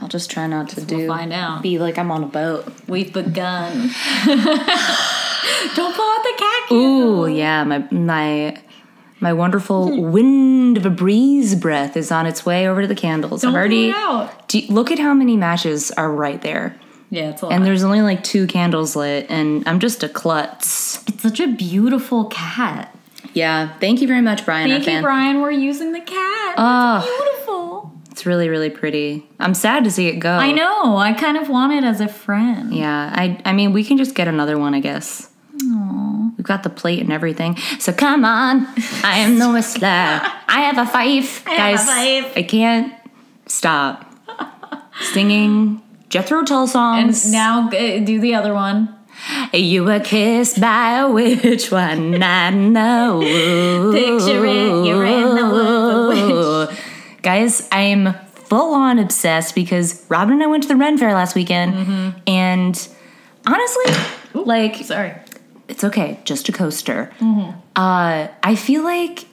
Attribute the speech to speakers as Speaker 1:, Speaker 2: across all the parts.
Speaker 1: I'll just try not to do.
Speaker 2: we'll find out.
Speaker 1: Be like I'm on a boat.
Speaker 2: We've begun. Don't pull out the khaki.
Speaker 1: Ooh, yeah, my my my wonderful
Speaker 2: Hmm.
Speaker 1: wind of a breeze breath is on its way over to the candles.
Speaker 2: Don't
Speaker 1: I've already
Speaker 2: pull it out.
Speaker 1: Do you- look at how many matches are right there.
Speaker 2: Yeah, it's a lot.
Speaker 1: And there's only like two candles lit, and I'm just a klutz.
Speaker 2: it's such a beautiful cat.
Speaker 1: Yeah, thank you very much, Brian.
Speaker 2: Thank
Speaker 1: our fan.
Speaker 2: you, Brian. We're using the cat.
Speaker 1: Ah.
Speaker 2: It's beautiful. Oh.
Speaker 1: It's really, really pretty. I'm sad to see it go.
Speaker 2: I know. I kind of want it as a friend.
Speaker 1: Yeah, I I mean we can just get another one, I guess. We've got the plate and everything. So come on, I am the whistler. I have a fife,
Speaker 2: have a
Speaker 1: guys.
Speaker 2: fife.
Speaker 1: I can't stop singing Jethro Tull
Speaker 2: And
Speaker 1: songs.
Speaker 2: now uh, do the other one.
Speaker 1: you were kissed by a witch one I know.
Speaker 2: Picture it. You're in the woods. with witch.
Speaker 1: Guys, I'm full on obsessed because Robin and I went to the Ren Fair last weekend,
Speaker 2: Mm-hmm.
Speaker 1: and honestly, like
Speaker 2: Sorry.
Speaker 1: it's okay, just a coaster.
Speaker 2: Mm-hmm.
Speaker 1: Uh, I feel like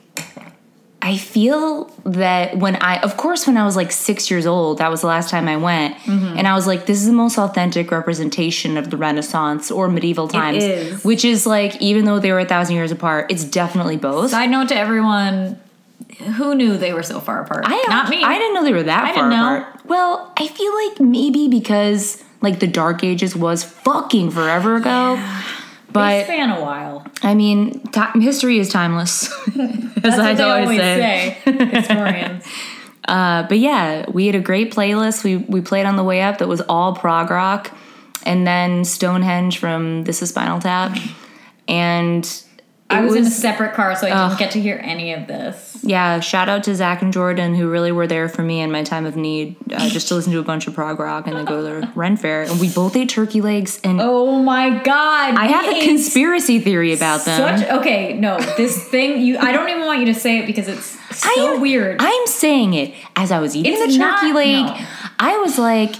Speaker 1: I feel that when I, of course, when I was like six years old, that was the last time I went,
Speaker 2: Mm-hmm.
Speaker 1: and I was like, this is the most authentic representation of the Renaissance or medieval times,
Speaker 2: is.
Speaker 1: which is like, even though they were a thousand years apart, it's definitely both.
Speaker 2: Side note to everyone who knew they were so far apart.
Speaker 1: I
Speaker 2: Not me.
Speaker 1: I didn't know they were that
Speaker 2: I
Speaker 1: far
Speaker 2: didn't know.
Speaker 1: apart. Well, I feel like maybe because like the Dark Ages was fucking forever ago,
Speaker 2: They
Speaker 1: but
Speaker 2: span a while.
Speaker 1: I mean, ti- history is timeless, as I
Speaker 2: That's what they
Speaker 1: always, say.
Speaker 2: historians.
Speaker 1: Uh, but yeah, we had a great playlist. We we played on the way up that was all prog rock, and then Stonehenge from This Is Spinal Tap, and
Speaker 2: I
Speaker 1: it
Speaker 2: was, in a separate car, so I didn't get to hear any of this.
Speaker 1: Yeah, shout out to Zach and Jordan who really were there for me in my time of need, uh, just to listen to a bunch of prog rock and then go to the Ren Fair. And we both ate turkey legs, and
Speaker 2: Oh my god!
Speaker 1: I have a conspiracy theory about them.
Speaker 2: such okay. No, this thing you. I don't even want you to say it because it's so
Speaker 1: am-
Speaker 2: weird.
Speaker 1: I'm saying it as I was eating
Speaker 2: It's
Speaker 1: the turkey
Speaker 2: not-
Speaker 1: leg.
Speaker 2: no.
Speaker 1: I was like,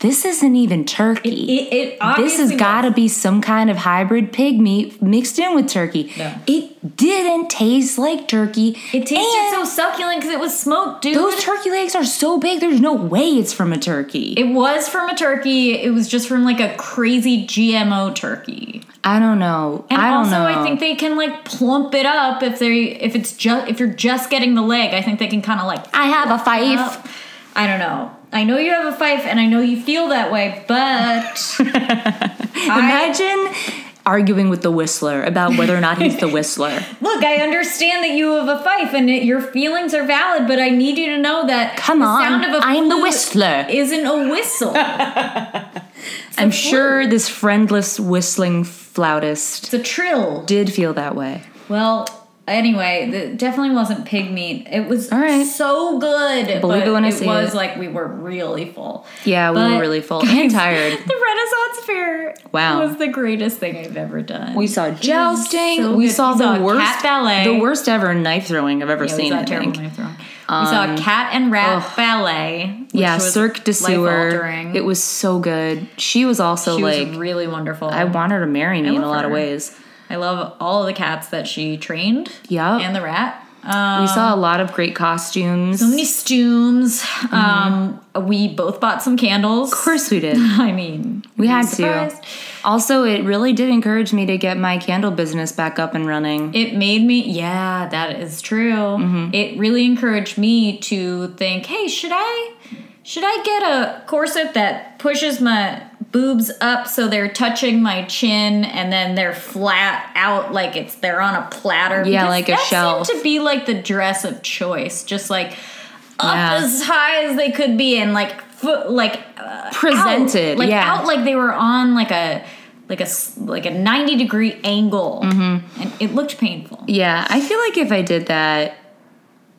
Speaker 1: this isn't even turkey.
Speaker 2: it, it
Speaker 1: this
Speaker 2: obviously
Speaker 1: has got to be some kind of hybrid pig meat mixed in with turkey.
Speaker 2: No.
Speaker 1: It didn't taste like turkey.
Speaker 2: It tasted
Speaker 1: and
Speaker 2: so succulent because it was smoked, dude.
Speaker 1: Those turkey legs are so big. There's no way it's from a turkey.
Speaker 2: it was from a turkey. It was just from like a crazy GMO turkey.
Speaker 1: I don't know.
Speaker 2: And
Speaker 1: I don't
Speaker 2: also,
Speaker 1: know.
Speaker 2: I think they can like plump it up if they if it's just if you're just getting the leg. I think they can kind of like
Speaker 1: I have a fife.
Speaker 2: up. I don't know. I know you have a fife, and I know you feel that way, but I,
Speaker 1: Imagine arguing with the whistler about whether or not he's the whistler.
Speaker 2: look, I understand that you have a fife, and it, your feelings are valid. But I need you to know that
Speaker 1: Come
Speaker 2: the
Speaker 1: on,
Speaker 2: sound of a
Speaker 1: I'm the
Speaker 2: flute
Speaker 1: whistler.
Speaker 2: isn't a whistle.
Speaker 1: I'm sure this friendless whistling flautist
Speaker 2: it's a trill.
Speaker 1: did feel that way.
Speaker 2: Well, anyway, it definitely wasn't pig meat. It was
Speaker 1: All right.
Speaker 2: so good.
Speaker 1: Believe
Speaker 2: but
Speaker 1: it when I see
Speaker 2: was
Speaker 1: it.
Speaker 2: like we were really full.
Speaker 1: Yeah, we
Speaker 2: But-
Speaker 1: were really full and tired.
Speaker 2: The Renaissance Fair
Speaker 1: Wow.
Speaker 2: was the greatest thing I've ever done.
Speaker 1: We saw jousting.
Speaker 2: so
Speaker 1: we
Speaker 2: good.
Speaker 1: saw
Speaker 2: We
Speaker 1: the
Speaker 2: saw
Speaker 1: worst
Speaker 2: cat ballet.
Speaker 1: the worst ever knife throwing I've ever
Speaker 2: Yeah, we
Speaker 1: seen.
Speaker 2: saw
Speaker 1: I
Speaker 2: terrible
Speaker 1: think. Um,
Speaker 2: knife throwing. we saw Cat and Rat Ballet. which
Speaker 1: Yeah,
Speaker 2: was
Speaker 1: Cirque du Sewer.
Speaker 2: life-altering.
Speaker 1: It was so good. She was also
Speaker 2: she
Speaker 1: like,
Speaker 2: was really wonderful.
Speaker 1: I
Speaker 2: I,
Speaker 1: want her to marry me in a
Speaker 2: love
Speaker 1: lot of
Speaker 2: her.
Speaker 1: ways.
Speaker 2: love all of the cats that she trained.
Speaker 1: Yeah.
Speaker 2: and the rat. Um,
Speaker 1: we saw a lot of great costumes.
Speaker 2: so many stooms. Um, we both bought some candles.
Speaker 1: Mm-hmm. of course, we did.
Speaker 2: I mean,
Speaker 1: We had
Speaker 2: surprised.
Speaker 1: to. Also, it really did encourage me to get my candle business back up and running.
Speaker 2: It made me, yeah, that is true.
Speaker 1: Mm-hmm.
Speaker 2: It really encouraged me to think, hey, should I, should I get a corset that pushes my boobs up so they're touching my chin and then they're flat out like it's they're on a platter?
Speaker 1: Yeah,
Speaker 2: Because
Speaker 1: like a
Speaker 2: that seemed
Speaker 1: shelf.
Speaker 2: to be like the dress of choice, just like up
Speaker 1: Yeah.
Speaker 2: as high as they could be and like foot like uh,
Speaker 1: Presented,
Speaker 2: out, like
Speaker 1: yeah.
Speaker 2: out like they were on like a. Like a s- like a ninety degree angle,
Speaker 1: Mm-hmm.
Speaker 2: and it looked painful.
Speaker 1: Yeah, I feel like if I did that,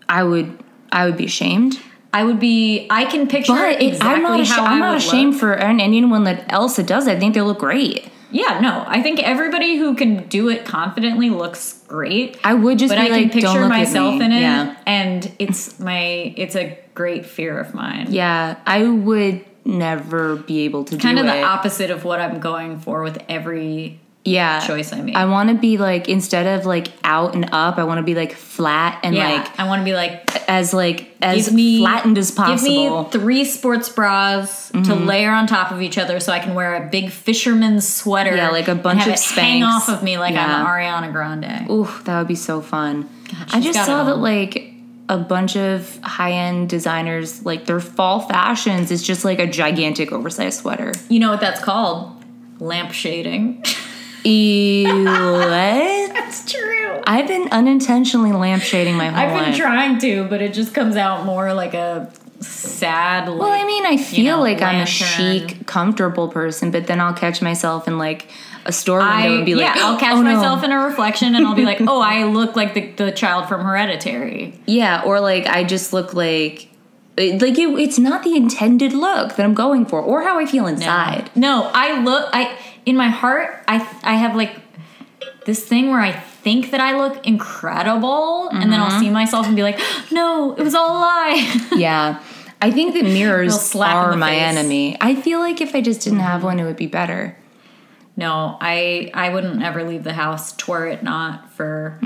Speaker 1: I would I would be shamed.
Speaker 2: I would be. I can picture
Speaker 1: But it,
Speaker 2: exactly
Speaker 1: I'm not ashamed,
Speaker 2: how
Speaker 1: I'm
Speaker 2: I
Speaker 1: not
Speaker 2: would
Speaker 1: ashamed
Speaker 2: look.
Speaker 1: for an- anyone that else that does. it. I think they look great.
Speaker 2: Yeah, no. I think everybody who can do it confidently looks great.
Speaker 1: I would just
Speaker 2: but
Speaker 1: be
Speaker 2: I
Speaker 1: like,
Speaker 2: can
Speaker 1: don't
Speaker 2: picture
Speaker 1: look at
Speaker 2: myself
Speaker 1: me."
Speaker 2: in it,
Speaker 1: Yeah,
Speaker 2: and it's my. It's a great fear of mine.
Speaker 1: yeah, I would never be able to
Speaker 2: kind
Speaker 1: do
Speaker 2: of the
Speaker 1: it.
Speaker 2: opposite of what I'm going for with every
Speaker 1: yeah
Speaker 2: choice I made.
Speaker 1: I want to be like instead of like out and up, I want to be like flat and
Speaker 2: yeah,
Speaker 1: like
Speaker 2: I want to be like
Speaker 1: as like as
Speaker 2: give me
Speaker 1: flattened as possible. Mm-hmm.
Speaker 2: Give me three sports bras to layer on top of each other, so I can wear a big fisherman's sweater.
Speaker 1: Yeah, like a
Speaker 2: and
Speaker 1: bunch
Speaker 2: have
Speaker 1: of
Speaker 2: it hang
Speaker 1: Spanx.
Speaker 2: off of me like
Speaker 1: Yeah.
Speaker 2: I'm Ariana Grande.
Speaker 1: Ooh, that would be so fun. I
Speaker 2: she's
Speaker 1: just
Speaker 2: got it
Speaker 1: saw that
Speaker 2: all.
Speaker 1: like a bunch of high end designers like their fall fashions is just like a gigantic oversized sweater.
Speaker 2: You know what that's called? Lamp shading.
Speaker 1: Ew, E what?
Speaker 2: that's true.
Speaker 1: I've been unintentionally lampshading my whole
Speaker 2: I've been
Speaker 1: life.
Speaker 2: trying to, but it just comes out more like a sad.
Speaker 1: well, I mean, I feel
Speaker 2: know,
Speaker 1: like I'm a
Speaker 2: lantern.
Speaker 1: chic, comfortable person, but then I'll catch myself in like a store window and be like,
Speaker 2: yeah, I'll catch
Speaker 1: "Oh, no."
Speaker 2: myself in a reflection and I'll be like, oh, I look like the, the child from Hereditary.
Speaker 1: Yeah, or like I just look like it- like it, it's not the intended look that I'm going for or how I feel inside.
Speaker 2: No, I look. I in my heart, I I have like this thing where I think that I look incredible, and then I'll see myself and be like, no, it was all a lie.
Speaker 1: yeah. I think that
Speaker 2: Little
Speaker 1: mirrors
Speaker 2: slap in
Speaker 1: are
Speaker 2: the
Speaker 1: my
Speaker 2: face.
Speaker 1: enemy. I feel like if I just didn't have one it would be better.
Speaker 2: no, I I wouldn't ever leave the house. Twere it not for.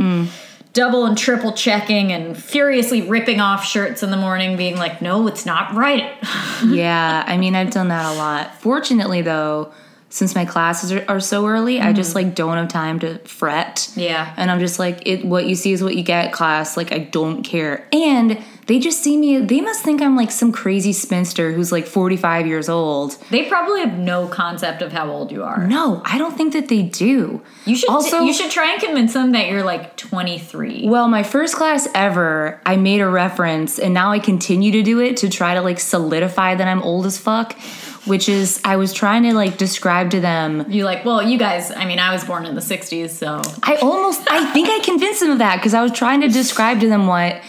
Speaker 2: Double and triple checking and furiously ripping off shirts in the morning, being like, no, it's not right. Mm-hmm.
Speaker 1: yeah, I mean I've done that a lot. Fortunately though, since my classes are, are so early, I just like don't have time to fret.
Speaker 2: Mm-hmm. Yeah.
Speaker 1: And I'm just like, it what you see is what you get, class. Like I don't care. And they just see me they must think I'm like some crazy spinster who's like 45 years old.
Speaker 2: They probably have no concept of how old you are.
Speaker 1: No, I don't think that they do.
Speaker 2: You should
Speaker 1: Also-
Speaker 2: you should try and convince them that you're like 23.
Speaker 1: Well, my first class ever, I made a reference and now I continue to do it to try to like solidify that I'm old as fuck, which is I was trying to like describe to them.
Speaker 2: You're like, well, you guys. I mean, I was born in the 60s, so
Speaker 1: I almost I think I convinced them of that because I was trying to describe to them what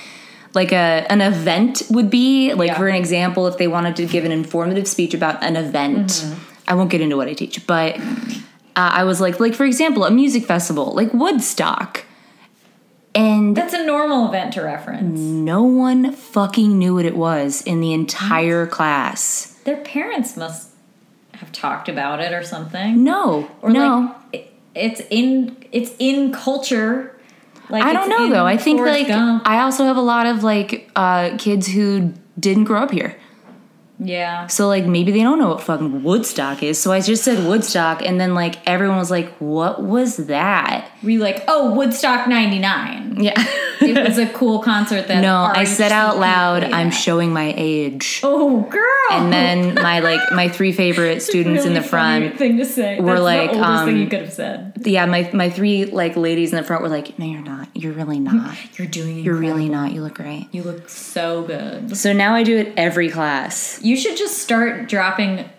Speaker 1: like a an event would be. Like
Speaker 2: Yeah.
Speaker 1: for an example, if they wanted to give an informative speech about an event. I won't get into what I teach, but uh, I was like, like for example, a music festival, like Woodstock. And
Speaker 2: that's a normal event to reference.
Speaker 1: No one fucking knew what it was in the entire class.
Speaker 2: Their parents must have talked about it or something.
Speaker 1: No,
Speaker 2: Or
Speaker 1: no.
Speaker 2: like it, it's in it's in culture. Like
Speaker 1: I
Speaker 2: it's
Speaker 1: don't know
Speaker 2: in
Speaker 1: though. I think
Speaker 2: Forrest
Speaker 1: like
Speaker 2: Gump.
Speaker 1: I also have a lot of like uh, kids who didn't grow up here,
Speaker 2: yeah.
Speaker 1: so like maybe they don't know what fucking Woodstock is. So I just said Woodstock, and then like everyone was like, "What was that?"
Speaker 2: We like, oh, Woodstock 99.
Speaker 1: Yeah.
Speaker 2: It was a cool concert that
Speaker 1: no, I said out
Speaker 2: RHCP
Speaker 1: loud,
Speaker 2: played
Speaker 1: "I'm
Speaker 2: at."
Speaker 1: showing my age,"
Speaker 2: Oh, girl.
Speaker 1: and then my like my three favorite students in the
Speaker 2: Really funny
Speaker 1: front
Speaker 2: thing to say.
Speaker 1: were
Speaker 2: That's
Speaker 1: like,
Speaker 2: the oldest
Speaker 1: um,
Speaker 2: thing you could have said.
Speaker 1: yeah, my my three like ladies in the front were like, "No, you're not. You're really not.
Speaker 2: You're doing.
Speaker 1: You're really not. You look great."
Speaker 2: You look so good.
Speaker 1: So now I do it every class.
Speaker 2: You should just start dropping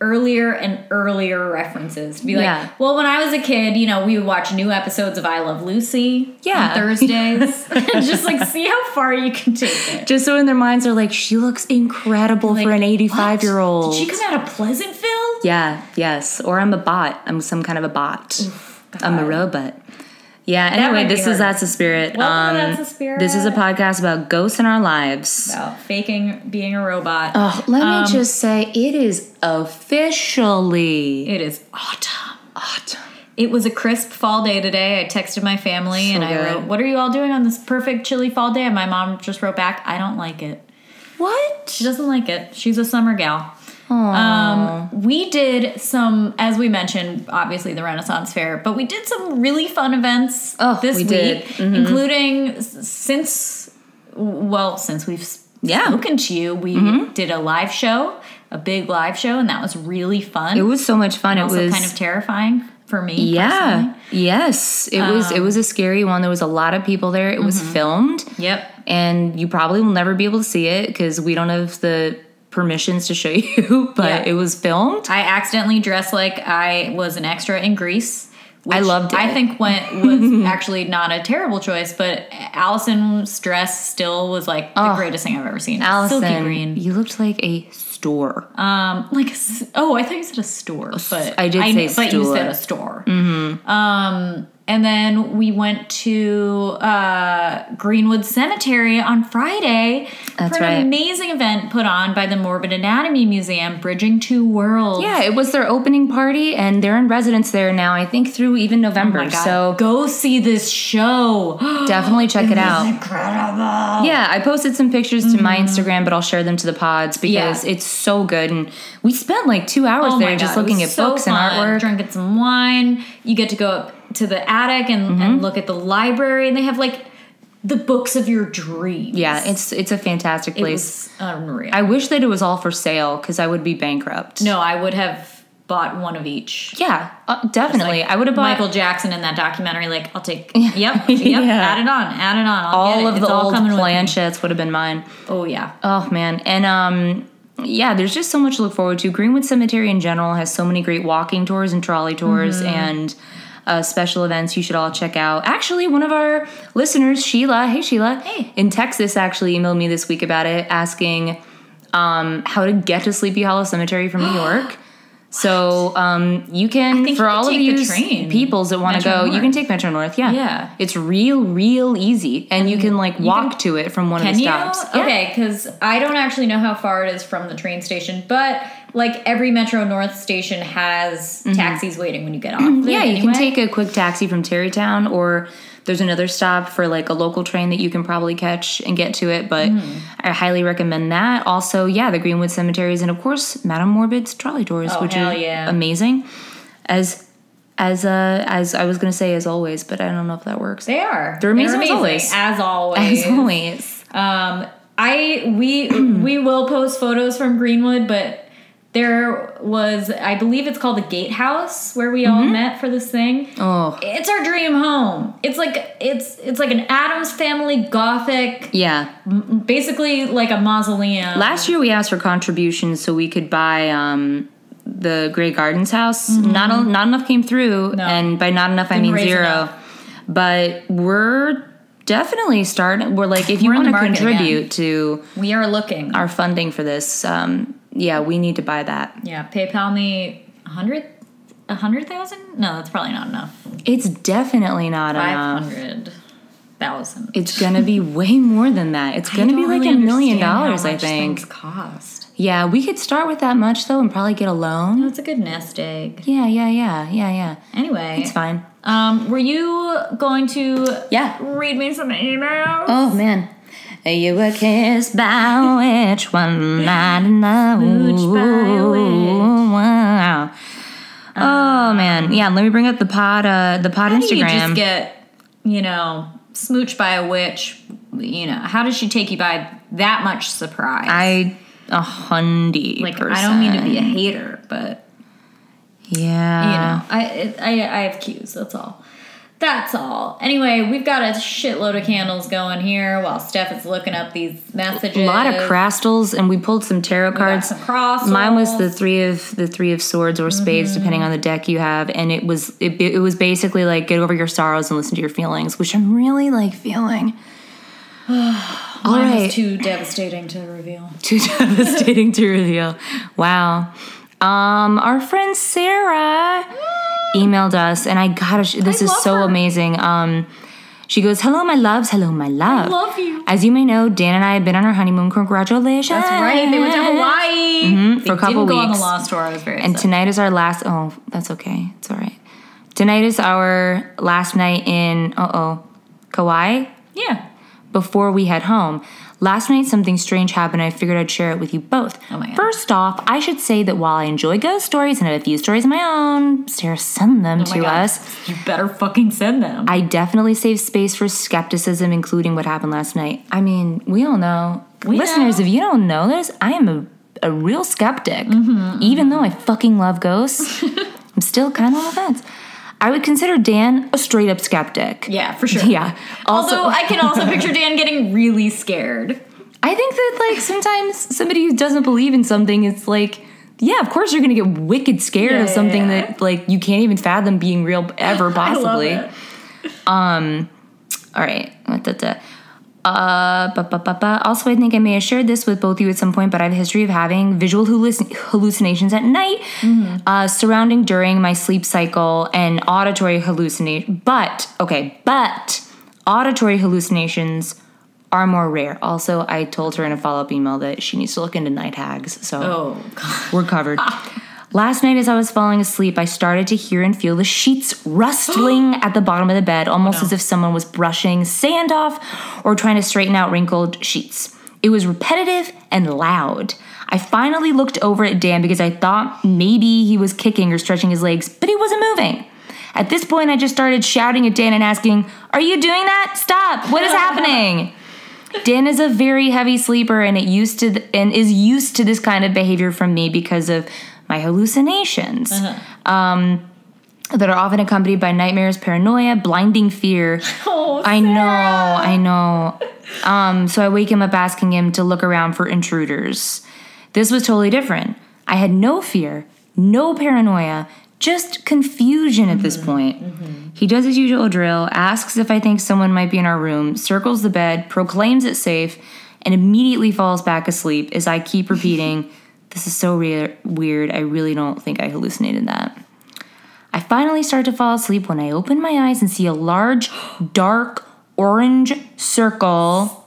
Speaker 2: earlier and earlier references to be like,
Speaker 1: Yeah.
Speaker 2: well, when I was a kid, you know, we would watch new episodes of I Love Lucy
Speaker 1: Yeah.
Speaker 2: on Thursdays. and just like see how far you can take it.
Speaker 1: Just so in their minds are like, she looks incredible for
Speaker 2: Like,
Speaker 1: an 85
Speaker 2: what?
Speaker 1: year old.
Speaker 2: Did she come out of Pleasantville?
Speaker 1: yeah, yes. Or I'm a bot. I'm some kind of a bot. I'm a
Speaker 2: God.
Speaker 1: robot. Yeah, anyway,
Speaker 2: might be
Speaker 1: this is
Speaker 2: hard.
Speaker 1: That's the Spirit. Um,
Speaker 2: Welcome to That's the Spirit.
Speaker 1: This is a podcast about ghosts in our lives.
Speaker 2: About faking being a robot.
Speaker 1: Oh, let me just say, it is officially
Speaker 2: It is autumn.
Speaker 1: autumn.
Speaker 2: It was a crisp fall day today. I texted my family and I
Speaker 1: good.
Speaker 2: wrote, What are you all doing on this perfect chilly fall day? And my mom just wrote back, I don't like it.
Speaker 1: What?
Speaker 2: She doesn't like it. She's a summer gal. Um, we did some, as we mentioned, obviously the Renaissance Fair, but we did some really fun events
Speaker 1: Oh,
Speaker 2: this
Speaker 1: we
Speaker 2: week,
Speaker 1: did.
Speaker 2: including s- since, well, since we've s-
Speaker 1: Yeah. Mm-hmm.
Speaker 2: spoken to you, we did a live show, a big live show, and that was really fun.
Speaker 1: It was so much fun. It
Speaker 2: also
Speaker 1: was
Speaker 2: kind of terrifying for me. personally.
Speaker 1: yeah, yes. It was. It was a scary one. There was a lot of people there. It was
Speaker 2: Mm-hmm.
Speaker 1: filmed.
Speaker 2: Yep.
Speaker 1: and you probably will never be able to see it because we don't have the permissions to show you but
Speaker 2: Yeah.
Speaker 1: it was filmed
Speaker 2: I accidentally dressed like I was an extra in Greece. Which
Speaker 1: I loved
Speaker 2: I
Speaker 1: it.
Speaker 2: think went was actually not a terrible choice, but Allison's dress still was like the
Speaker 1: Oh.
Speaker 2: greatest thing I've ever seen.
Speaker 1: allison
Speaker 2: Silky green.
Speaker 1: you looked like a store
Speaker 2: Um, like a s oh, I thought you said a store, but
Speaker 1: I did say
Speaker 2: but
Speaker 1: store.
Speaker 2: you
Speaker 1: Mm-hmm.
Speaker 2: said a store. Um, And then we went to uh, Greenwood Cemetery on Friday
Speaker 1: That's
Speaker 2: for an
Speaker 1: right.
Speaker 2: amazing event put on by the Morbid Anatomy Museum, Bridging Two Worlds.
Speaker 1: Yeah, it was their opening party, and they're in residence there now. I think through even November.
Speaker 2: Oh my God.
Speaker 1: So
Speaker 2: go see this show.
Speaker 1: definitely check it out.
Speaker 2: Incredible.
Speaker 1: Yeah, I posted some pictures to
Speaker 2: Mm-hmm.
Speaker 1: my Instagram, but I'll share them to the pods because it's so good. And we spent like two hours
Speaker 2: Oh my
Speaker 1: there just
Speaker 2: God, it
Speaker 1: looking
Speaker 2: was
Speaker 1: at
Speaker 2: so
Speaker 1: books
Speaker 2: fun.
Speaker 1: and artwork.
Speaker 2: Drinking some wine. You get to go up to the attic and,
Speaker 1: Mm-hmm.
Speaker 2: and look at the library, and they have like the books of your dreams.
Speaker 1: Yeah, it's it's a fantastic
Speaker 2: it
Speaker 1: place.
Speaker 2: was unreal.
Speaker 1: I wish that it was all for sale because I would be bankrupt.
Speaker 2: no, I would have bought one of each.
Speaker 1: Yeah, uh, definitely.
Speaker 2: Like
Speaker 1: I would have bought
Speaker 2: Michael Jackson in that documentary. Like, I'll take. Yep, yep. Add it on. Add it on. I'll get
Speaker 1: all
Speaker 2: it.
Speaker 1: of
Speaker 2: It's
Speaker 1: the old
Speaker 2: coming with me.
Speaker 1: planchets would have been mine.
Speaker 2: Oh yeah.
Speaker 1: Oh man, and um, yeah, there's just so much to look forward to. Greenwood Cemetery in general has so many great walking tours and trolley tours
Speaker 2: Mm-hmm.
Speaker 1: and uh, special events you should all check out. Actually, one of our listeners, Sheila, hey Sheila,
Speaker 2: Hey.
Speaker 1: in Texas, actually emailed me this week about it, asking um, how to get to Sleepy Hollow Cemetery from New York. So um, you can
Speaker 2: think
Speaker 1: for
Speaker 2: you can
Speaker 1: all of
Speaker 2: take the
Speaker 1: you
Speaker 2: train.
Speaker 1: peoples that want to
Speaker 2: Metro
Speaker 1: go, you
Speaker 2: North.
Speaker 1: can take Metro North. Yeah,
Speaker 2: Yeah.
Speaker 1: it's real, real easy, and you can like walk to it from one of
Speaker 2: Can
Speaker 1: the
Speaker 2: you?
Speaker 1: stops. Yeah.
Speaker 2: Okay, because I don't actually know how far it is from the train station, but like every Metro North station has taxis waiting when you get off. there
Speaker 1: Mm-hmm. Yeah, you can
Speaker 2: anyway.
Speaker 1: take a quick taxi from Tarrytown, or there's another stop for like a local train that you can probably catch and get to it. But
Speaker 2: Mm-hmm.
Speaker 1: I highly recommend that. Also, yeah, the Greenwood Cemeteries, and of course, Madame Morbid's trolley tours,
Speaker 2: Oh,
Speaker 1: which
Speaker 2: hell
Speaker 1: are
Speaker 2: yeah.
Speaker 1: amazing. As as uh as I was gonna say as always, but I don't know if that works.
Speaker 2: They are.
Speaker 1: They're amazing as always.
Speaker 2: As always.
Speaker 1: As always,
Speaker 2: Um, I we we will post photos from Greenwood, but there was I believe it's called the Gatehouse where we
Speaker 1: Mm-hmm.
Speaker 2: all met for this thing.
Speaker 1: oh
Speaker 2: It's our dream home. It's like it's it's like an Adams family gothic,
Speaker 1: yeah.
Speaker 2: basically like a mausoleum.
Speaker 1: Last year we asked for contributions so we could buy um, the Grey Gardens house. Not a, not enough came through, and by not enough I mean
Speaker 2: Mm-hmm. raise
Speaker 1: zero.
Speaker 2: enough.
Speaker 1: But we're definitely starting. We're like, if you
Speaker 2: We're in
Speaker 1: want
Speaker 2: the
Speaker 1: to
Speaker 2: market
Speaker 1: contribute to
Speaker 2: we are looking.
Speaker 1: our funding for this, um, yeah, we need to buy that.
Speaker 2: Yeah, PayPal me a hundred, a hundred thousand? No, that's probably not enough.
Speaker 1: It's definitely not
Speaker 2: Five
Speaker 1: enough.
Speaker 2: hundred thousand.
Speaker 1: It's gonna be way more than that. It's gonna be like a million dollars, I think.
Speaker 2: Cost.
Speaker 1: Yeah, we could start with that much though, and probably get a loan.
Speaker 2: That's a good nest egg.
Speaker 1: Yeah, yeah, yeah, yeah, yeah.
Speaker 2: Anyway,
Speaker 1: It's fine.
Speaker 2: Um, were you going to
Speaker 1: Yeah.
Speaker 2: read me some emails?
Speaker 1: Oh man. You were kissed by a witch one night in the
Speaker 2: Smooch by a witch.
Speaker 1: Wow. Oh man, yeah. Let me bring up the pod, uh, the pod
Speaker 2: How do you
Speaker 1: Instagram.
Speaker 2: just get, you know, smooched by a witch? You know, how does she take you by that much surprise?
Speaker 1: I a hundy.
Speaker 2: like,
Speaker 1: person.
Speaker 2: I don't mean to be a hater, but you
Speaker 1: Yeah.
Speaker 2: know, I it, I I have cues. That's all. That's all. Anyway, we've got a shitload of candles going here while Steph is looking up these messages.
Speaker 1: A lot of crastles, and we pulled some tarot cards.
Speaker 2: some crossles.
Speaker 1: Mine was the three of the three of swords or spades,
Speaker 2: Mm-hmm.
Speaker 1: depending on the deck you have, and it was it, it was basically like get over your sorrows and listen to your feelings, which I'm really like feeling. All
Speaker 2: Mine was
Speaker 1: right,
Speaker 2: too devastating to reveal.
Speaker 1: too devastating to reveal. Wow. Um, our friend Sarah emailed us, and I gotta. Sh- this
Speaker 2: Mm. I
Speaker 1: is
Speaker 2: love
Speaker 1: so
Speaker 2: her.
Speaker 1: amazing. Um, she goes, "Hello, my loves. Hello, my love.
Speaker 2: love you.
Speaker 1: As you may know, Dan and I have been on our honeymoon. Congratulations.
Speaker 2: That's right. They went to Hawaii
Speaker 1: for a Mm-hmm. couple
Speaker 2: didn't Go on the
Speaker 1: weeks.
Speaker 2: Lost Tour. I was very
Speaker 1: And
Speaker 2: upset.
Speaker 1: tonight is our last. Oh, that's okay. It's all right. Tonight is our last night in. Uh oh, Kauai.
Speaker 2: Yeah.
Speaker 1: before we head home. Last night, something strange happened. I figured I'd share it with you both.
Speaker 2: Oh my God.
Speaker 1: First off, I should say that while I enjoy ghost stories and have a few stories of my own, Sarah, send them
Speaker 2: Oh my
Speaker 1: to
Speaker 2: God.
Speaker 1: us.
Speaker 2: You better fucking send them.
Speaker 1: I definitely save space for skepticism, including what happened last night. I mean, we all know.
Speaker 2: We
Speaker 1: Listeners,
Speaker 2: know.
Speaker 1: if you don't know this, I am a, a real skeptic.
Speaker 2: Mm-hmm,
Speaker 1: Even though I fucking love ghosts, I'm still kind of on the fence. I would consider Dan a straight up skeptic.
Speaker 2: yeah, for sure.
Speaker 1: Yeah. Also,
Speaker 2: Although I can also picture Dan getting really scared.
Speaker 1: I think that like sometimes somebody who doesn't believe in something is like, yeah, of course you're gonna get wicked scared
Speaker 2: Yeah,
Speaker 1: of something
Speaker 2: yeah, yeah.
Speaker 1: that like you can't even fathom being real ever Um,
Speaker 2: I love
Speaker 1: possibly.
Speaker 2: it.
Speaker 1: All right. Da, da. Uh, ba, ba, ba, ba. Also, I think I may have shared this with both of you at some point, but I have a history of having visual hallucin- hallucinations at night,
Speaker 2: Mm-hmm.
Speaker 1: uh, surrounding during my sleep cycle, and auditory hallucination. But okay, but auditory hallucinations are more rare. Also, I told her in a follow up email that she needs to look into night hags. So
Speaker 2: Oh, God.
Speaker 1: we're covered. Last night, as I was falling asleep, I started to hear and feel the sheets rustling at the bottom of the bed, almost as if someone was brushing sand off or trying to straighten out wrinkled sheets. It was repetitive and loud. I finally looked over at Dan because I thought maybe he was kicking or stretching his legs, but he wasn't moving. At this point, I just started shouting at Dan and asking, Are you doing that? Stop! What is happening? Dan is a very heavy sleeper and it used to th- and is used to this kind of behavior from me because of my hallucinations um, that are often accompanied by nightmares, paranoia, blinding fear.
Speaker 2: Oh,
Speaker 1: I know,
Speaker 2: Sarah.
Speaker 1: I know. Um, so I wake him up asking him to look around for intruders. This was totally different. I had no fear, no paranoia, just confusion at this point. He does his usual drill, asks if I think someone might be in our room, circles the bed, proclaims it safe, and immediately falls back asleep as I keep repeating, This is so re- weird. I really don't think I hallucinated that. I finally start to fall asleep when I open my eyes and see a large, dark, orange circle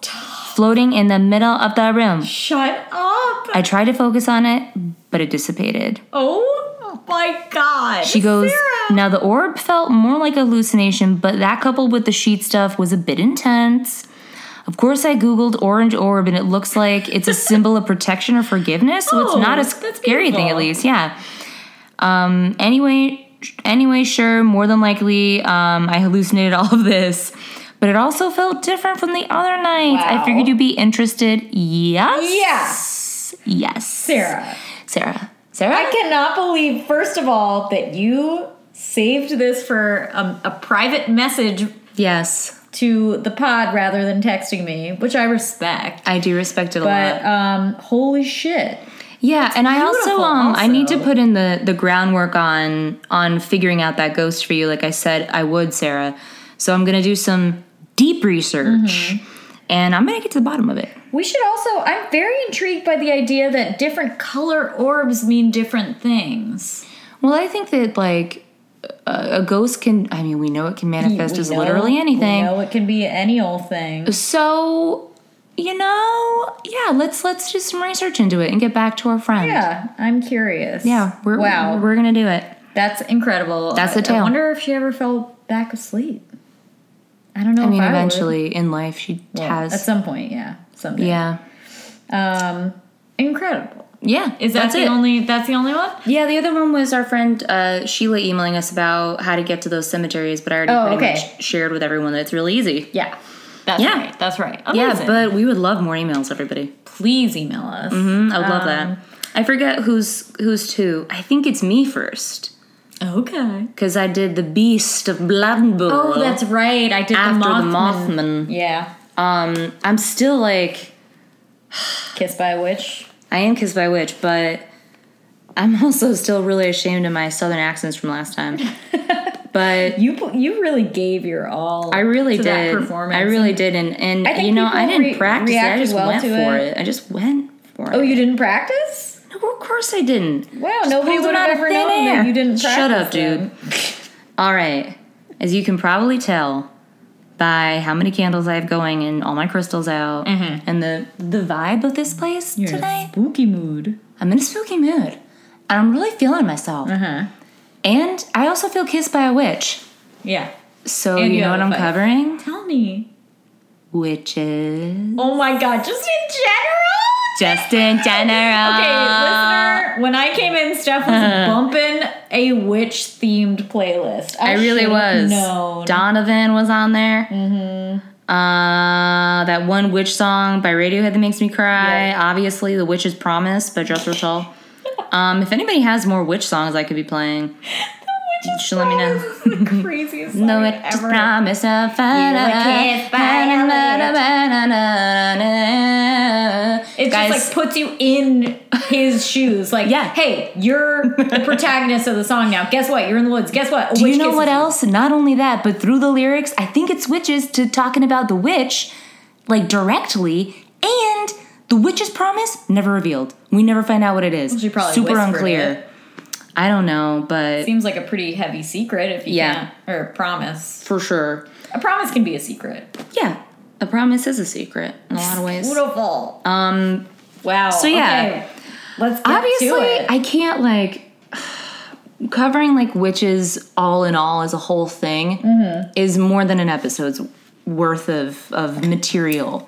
Speaker 1: floating in the middle of the room.
Speaker 2: Shut up.
Speaker 1: I try to focus on it, but it dissipated.
Speaker 2: oh my God.
Speaker 1: She goes,
Speaker 2: Sarah.
Speaker 1: Now the orb felt more like a hallucination, but that coupled with the sheet stuff was a bit intense. Of course, I googled orange orb and it looks like it's a symbol of protection or forgiveness, so it's
Speaker 2: Oh,
Speaker 1: not a
Speaker 2: that's
Speaker 1: scary thing, at
Speaker 2: beautiful.
Speaker 1: least. Yeah. Um, anyway, anyway, sure, more than likely, um, I hallucinated all of this. But it also felt different from the other nights. I
Speaker 2: Wow.
Speaker 1: figured you'd be interested. Yes. Yes. Yes.
Speaker 2: Sarah.
Speaker 1: Sarah. Sarah?
Speaker 2: I cannot believe, first of all, that you saved this for a, a private message
Speaker 1: yes.
Speaker 2: to the pod rather than texting me, which I respect.
Speaker 1: I do respect it a lot.
Speaker 2: But um, holy shit.
Speaker 1: Yeah, and I also
Speaker 2: beautiful
Speaker 1: um I need to
Speaker 2: also.
Speaker 1: put in the the groundwork on on figuring out that ghost for you like I said I would, Sarah. So I'm going to do some deep research and I'm going to get to the bottom of it.
Speaker 2: We should also, I'm very intrigued by the idea that different color orbs mean different things.
Speaker 1: Well, I think that like a, a ghost can I mean, we know it can manifest
Speaker 2: We
Speaker 1: as
Speaker 2: know-
Speaker 1: literally anything.
Speaker 2: We know it can be any old thing.
Speaker 1: So, you know, yeah, let's let's do some research into it and get back to our friend.
Speaker 2: Yeah, I'm curious.
Speaker 1: Yeah, we're
Speaker 2: wow,
Speaker 1: we're going to do it.
Speaker 2: that's incredible.
Speaker 1: That's the
Speaker 2: I- I
Speaker 1: tale.
Speaker 2: wonder if she ever fell back asleep. I don't know.
Speaker 1: I mean,
Speaker 2: if I would.
Speaker 1: eventually in life she
Speaker 2: Well, at
Speaker 1: has
Speaker 2: some point, yeah, someday.
Speaker 1: yeah.
Speaker 2: Um, incredible.
Speaker 1: Yeah.
Speaker 2: Is that
Speaker 1: that's
Speaker 2: the
Speaker 1: it.
Speaker 2: only? That's the only one.
Speaker 1: Yeah, the other one was our friend uh, Sheila emailing us about how to get to those cemeteries, but I already
Speaker 2: Oh,
Speaker 1: pretty
Speaker 2: okay.
Speaker 1: much shared with everyone that it's really easy.
Speaker 2: Yeah, that's
Speaker 1: Yeah.
Speaker 2: right. That's right.
Speaker 1: Yeah,
Speaker 2: Amazing.
Speaker 1: but we would love more emails, everybody.
Speaker 2: please email us.
Speaker 1: Mm, I would love
Speaker 2: Um,
Speaker 1: that. I forget who's who's who. I think it's me first
Speaker 2: Okay.
Speaker 1: because I did the Beast of Bladenboro.
Speaker 2: Oh, that's right. I did
Speaker 1: after
Speaker 2: the Mothman.
Speaker 1: the Mothman.
Speaker 2: Yeah,
Speaker 1: Um, I'm still like
Speaker 2: Kiss by a Witch.
Speaker 1: I am kissed by a witch, but I'm also still really ashamed of my southern accents from last time. but
Speaker 2: You pu- you really gave your all.
Speaker 1: I really
Speaker 2: to
Speaker 1: did.
Speaker 2: That performance.
Speaker 1: I really did, and and
Speaker 2: I think
Speaker 1: you know,
Speaker 2: people
Speaker 1: I didn't
Speaker 2: re-
Speaker 1: practice. it. I
Speaker 2: reacted
Speaker 1: just
Speaker 2: well
Speaker 1: went
Speaker 2: to
Speaker 1: for
Speaker 2: it.
Speaker 1: it. I just went for
Speaker 2: Oh,
Speaker 1: it.
Speaker 2: you didn't practice?
Speaker 1: No, of course I didn't.
Speaker 2: Wow, nobody
Speaker 1: pulled them
Speaker 2: would have
Speaker 1: out of
Speaker 2: ever
Speaker 1: thin
Speaker 2: known
Speaker 1: air.
Speaker 2: that you didn't. Practice
Speaker 1: Shut up, dude.
Speaker 2: them.
Speaker 1: All right, as you can probably tell by how many candles I have going and all my crystals out,
Speaker 2: Mm-hmm.
Speaker 1: and the the vibe of this place
Speaker 2: You're in a
Speaker 1: today,
Speaker 2: spooky mood.
Speaker 1: I'm in a spooky mood, and I'm really feeling myself.
Speaker 2: Uh huh.
Speaker 1: And I also feel kissed by a witch.
Speaker 2: Yeah.
Speaker 1: So
Speaker 2: And
Speaker 1: you
Speaker 2: you
Speaker 1: know what
Speaker 2: have a
Speaker 1: I'm
Speaker 2: fight.
Speaker 1: covering?
Speaker 2: Tell me.
Speaker 1: Witches.
Speaker 2: Oh my god, just in general?
Speaker 1: Just in general.
Speaker 2: Okay, listener, when I came in, Steph was bumping a witch themed playlist.
Speaker 1: I
Speaker 2: I,
Speaker 1: really was.
Speaker 2: No.
Speaker 1: Donovan was on there. Mm-hmm. Uh, that one witch song by Radiohead that makes me cry.
Speaker 2: Yeah.
Speaker 1: Obviously, The Witch's Promise by Jethro Tull. um, if anybody has more witch songs I could be playing, you should let me know.
Speaker 2: the craziest song
Speaker 1: The
Speaker 2: I've
Speaker 1: witch's
Speaker 2: ever.
Speaker 1: promise of fun.
Speaker 2: kissed by a It
Speaker 1: Guys,
Speaker 2: just like puts you in his shoes. Like,
Speaker 1: Yeah.
Speaker 2: hey, you're the protagonist of the song now. Guess what? You're in the woods. Guess what? A
Speaker 1: Do you
Speaker 2: witch
Speaker 1: know
Speaker 2: kisses
Speaker 1: what else? Not only that, but through the lyrics, I think it switches to talking about the witch like directly, and the witch's promise never revealed. We never find out what it is.
Speaker 2: she probably
Speaker 1: super
Speaker 2: whispered
Speaker 1: unclear. I don't know, but
Speaker 2: Seems like a pretty heavy secret if you
Speaker 1: Yeah.
Speaker 2: can't, or promise.
Speaker 1: for sure,
Speaker 2: A promise can be a secret.
Speaker 1: yeah, a promise is a secret in a lot of ways.
Speaker 2: Beautiful. Um. Wow. So
Speaker 1: yeah.
Speaker 2: let's get
Speaker 1: Obviously,
Speaker 2: to it.
Speaker 1: I can't like covering like witches all in all as a whole thing
Speaker 2: Mm-hmm.
Speaker 1: is more than an episode's worth of of material.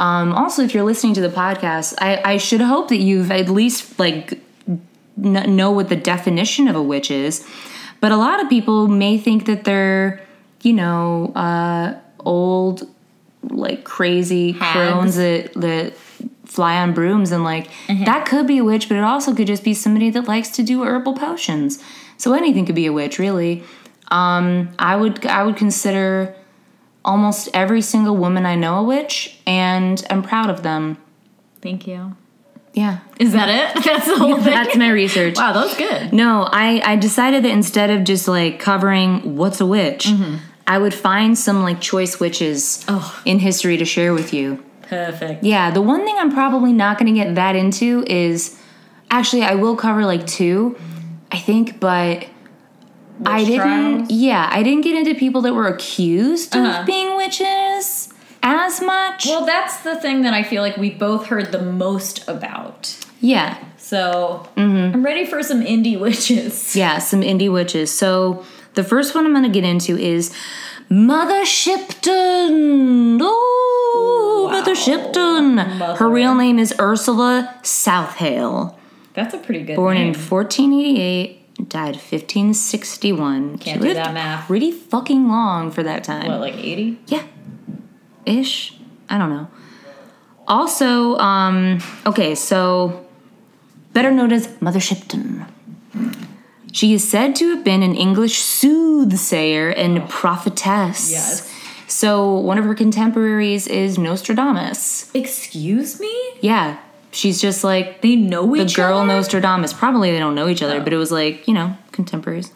Speaker 1: Um, also, if you're listening to the podcast, I, I should hope that you've at least like n- know what the definition of a witch is. But a lot of people may think that they're, you know, uh, old, like crazy crones that, that fly on brooms and like that could be a witch, but it also could just be somebody that likes to do herbal potions. So anything could be a witch, really. Um, I would I would consider almost every single woman I know a witch, and I'm proud of them.
Speaker 2: Thank you.
Speaker 1: Yeah,
Speaker 2: Is that it? That's the whole thing.
Speaker 1: that's my research.
Speaker 2: Wow, that was good.
Speaker 1: No, I, I decided that instead of just like covering what's a witch,
Speaker 2: Mm-hmm.
Speaker 1: I would find some like choice witches
Speaker 2: Oh.
Speaker 1: in history to share with you.
Speaker 2: Perfect.
Speaker 1: Yeah, the one thing I'm probably not going to get that into is actually I will cover like two, I think, but I
Speaker 2: Witch
Speaker 1: didn't.
Speaker 2: trials? Uh-huh.
Speaker 1: Yeah, I didn't get into people that were accused of being witches as much.
Speaker 2: Well, that's the thing that I feel like we both heard the most about.
Speaker 1: yeah,
Speaker 2: So
Speaker 1: Mm-hmm.
Speaker 2: I'm ready for some indie witches.
Speaker 1: yeah, some indie witches. So the first one I'm going to get into is Mother Shipton. Oh, Mother Shipton. Her
Speaker 2: Mother.
Speaker 1: real name is Ursula Southhale.
Speaker 2: That's a pretty good
Speaker 1: Born in
Speaker 2: name.
Speaker 1: 1488, died 1561.
Speaker 2: Can't
Speaker 1: she
Speaker 2: do
Speaker 1: lived
Speaker 2: that math.
Speaker 1: pretty fucking long for that time.
Speaker 2: What, like 80?
Speaker 1: Yeah. Ish. I don't know. Also, um, okay, so better known as Mother Shipton. She is said to have been an English soothsayer and prophetess.
Speaker 2: Yes.
Speaker 1: So one of her contemporaries is Nostradamus.
Speaker 2: Excuse me?
Speaker 1: Yeah. She's just like
Speaker 2: They know
Speaker 1: the
Speaker 2: each
Speaker 1: girl
Speaker 2: other?
Speaker 1: Nostradamus. Probably they don't know each other, but it was like, you know, contemporaries.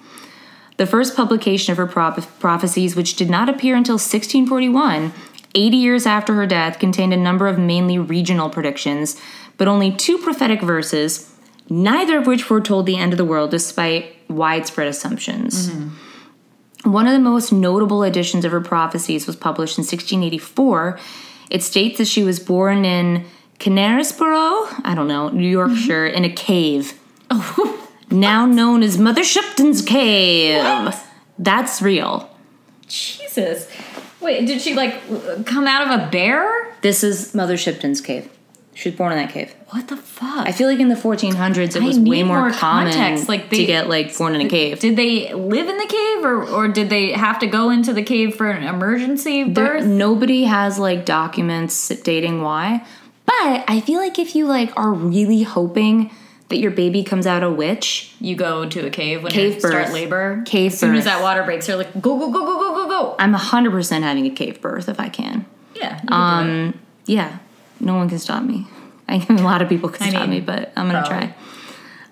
Speaker 1: The first publication of her prop- prophecies, which did not appear until 1641, 80 years after her death, contained a number of mainly regional predictions, but only two prophetic verses, neither of which foretold the end of the world despite widespread assumptions. One of the most notable editions of her prophecies was published in 1684. It states that she was born in Canarisborough, I don't know, New Yorkshire, in a cave. now known as Mother Shipton's Cave.
Speaker 2: What?
Speaker 1: That's real.
Speaker 2: Jesus. Wait, did she like w- come out of a bear?
Speaker 1: This is Mother Shipton's Cave. She was born in that cave.
Speaker 2: What the fuck?
Speaker 1: I feel like in the 1400s, it was
Speaker 2: need
Speaker 1: way more,
Speaker 2: more
Speaker 1: common
Speaker 2: context, like
Speaker 1: to
Speaker 2: they-
Speaker 1: get like born in a cave.
Speaker 2: did they live in the cave or, or did they have to go into the cave for an emergency
Speaker 1: There-
Speaker 2: birth?
Speaker 1: nobody has like documents dating why but i feel like if you like are really hoping that your baby comes out a witch
Speaker 2: you go to a cave when
Speaker 1: Cave
Speaker 2: you start
Speaker 1: birth.
Speaker 2: labor.
Speaker 1: Cave
Speaker 2: As soon as
Speaker 1: birth.
Speaker 2: that water breaks, you're like, go, go, go, go, go, go, go.
Speaker 1: i'm 100% having a cave birth if i can
Speaker 2: Yeah. you can
Speaker 1: Um,
Speaker 2: do it.
Speaker 1: yeah no one can stop me i a lot of people can
Speaker 2: I
Speaker 1: stop
Speaker 2: mean,
Speaker 1: me but i'm gonna
Speaker 2: probably.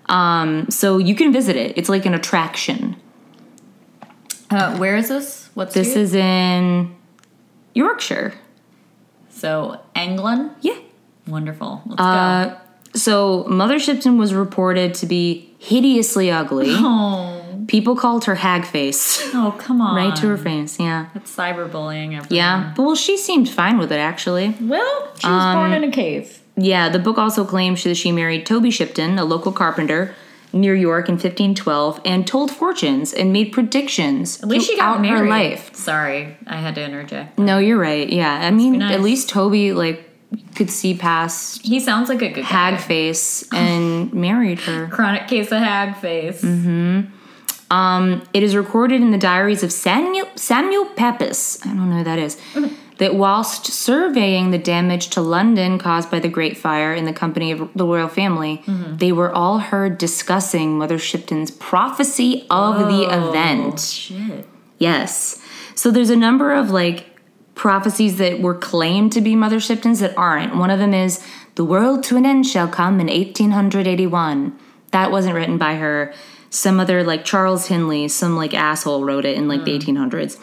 Speaker 1: try um so you can visit it it's like an attraction
Speaker 2: Uh, where is this? What's
Speaker 1: this is in yorkshire
Speaker 2: So England.
Speaker 1: yeah
Speaker 2: Wonderful. Let's go.
Speaker 1: uh, so mother shipton was reported to be hideously ugly
Speaker 2: Oh,
Speaker 1: people called her hag face
Speaker 2: oh, come on.
Speaker 1: Right to her face, yeah.
Speaker 2: That's cyberbullying. Everyone.
Speaker 1: Um, Yeah. But well, she seemed fine with it, actually.
Speaker 2: Well, she was
Speaker 1: Um,
Speaker 2: born in a cave.
Speaker 1: Yeah, the book also claims that she married Toby Shipton, a local carpenter near York in 1512, and told fortunes and made predictions
Speaker 2: At least she got
Speaker 1: throughout
Speaker 2: married.
Speaker 1: her life.
Speaker 2: Sorry, I had to interject.
Speaker 1: No, you're right. Yeah. I mean,
Speaker 2: nice.
Speaker 1: at least Toby, like, could see past
Speaker 2: He sounds like a good guy.
Speaker 1: hag face and married her.
Speaker 2: Chronic case of hag face.
Speaker 1: Mm. Um, It is recorded in the diaries of Samuel, Samuel Pepys, I don't know who that is, that whilst surveying the damage to London caused by the Great Fire in the company of the royal family, they were all heard discussing Mother Shipton's prophecy of the event.
Speaker 2: Shit.
Speaker 1: Yes. So there's a number of like prophecies that were claimed to be Mother Shipton's that aren't. One of them is the world to an end shall come in 1881. That wasn't written by her. Some other like Charles Henley, some like asshole wrote it in like the 1800s.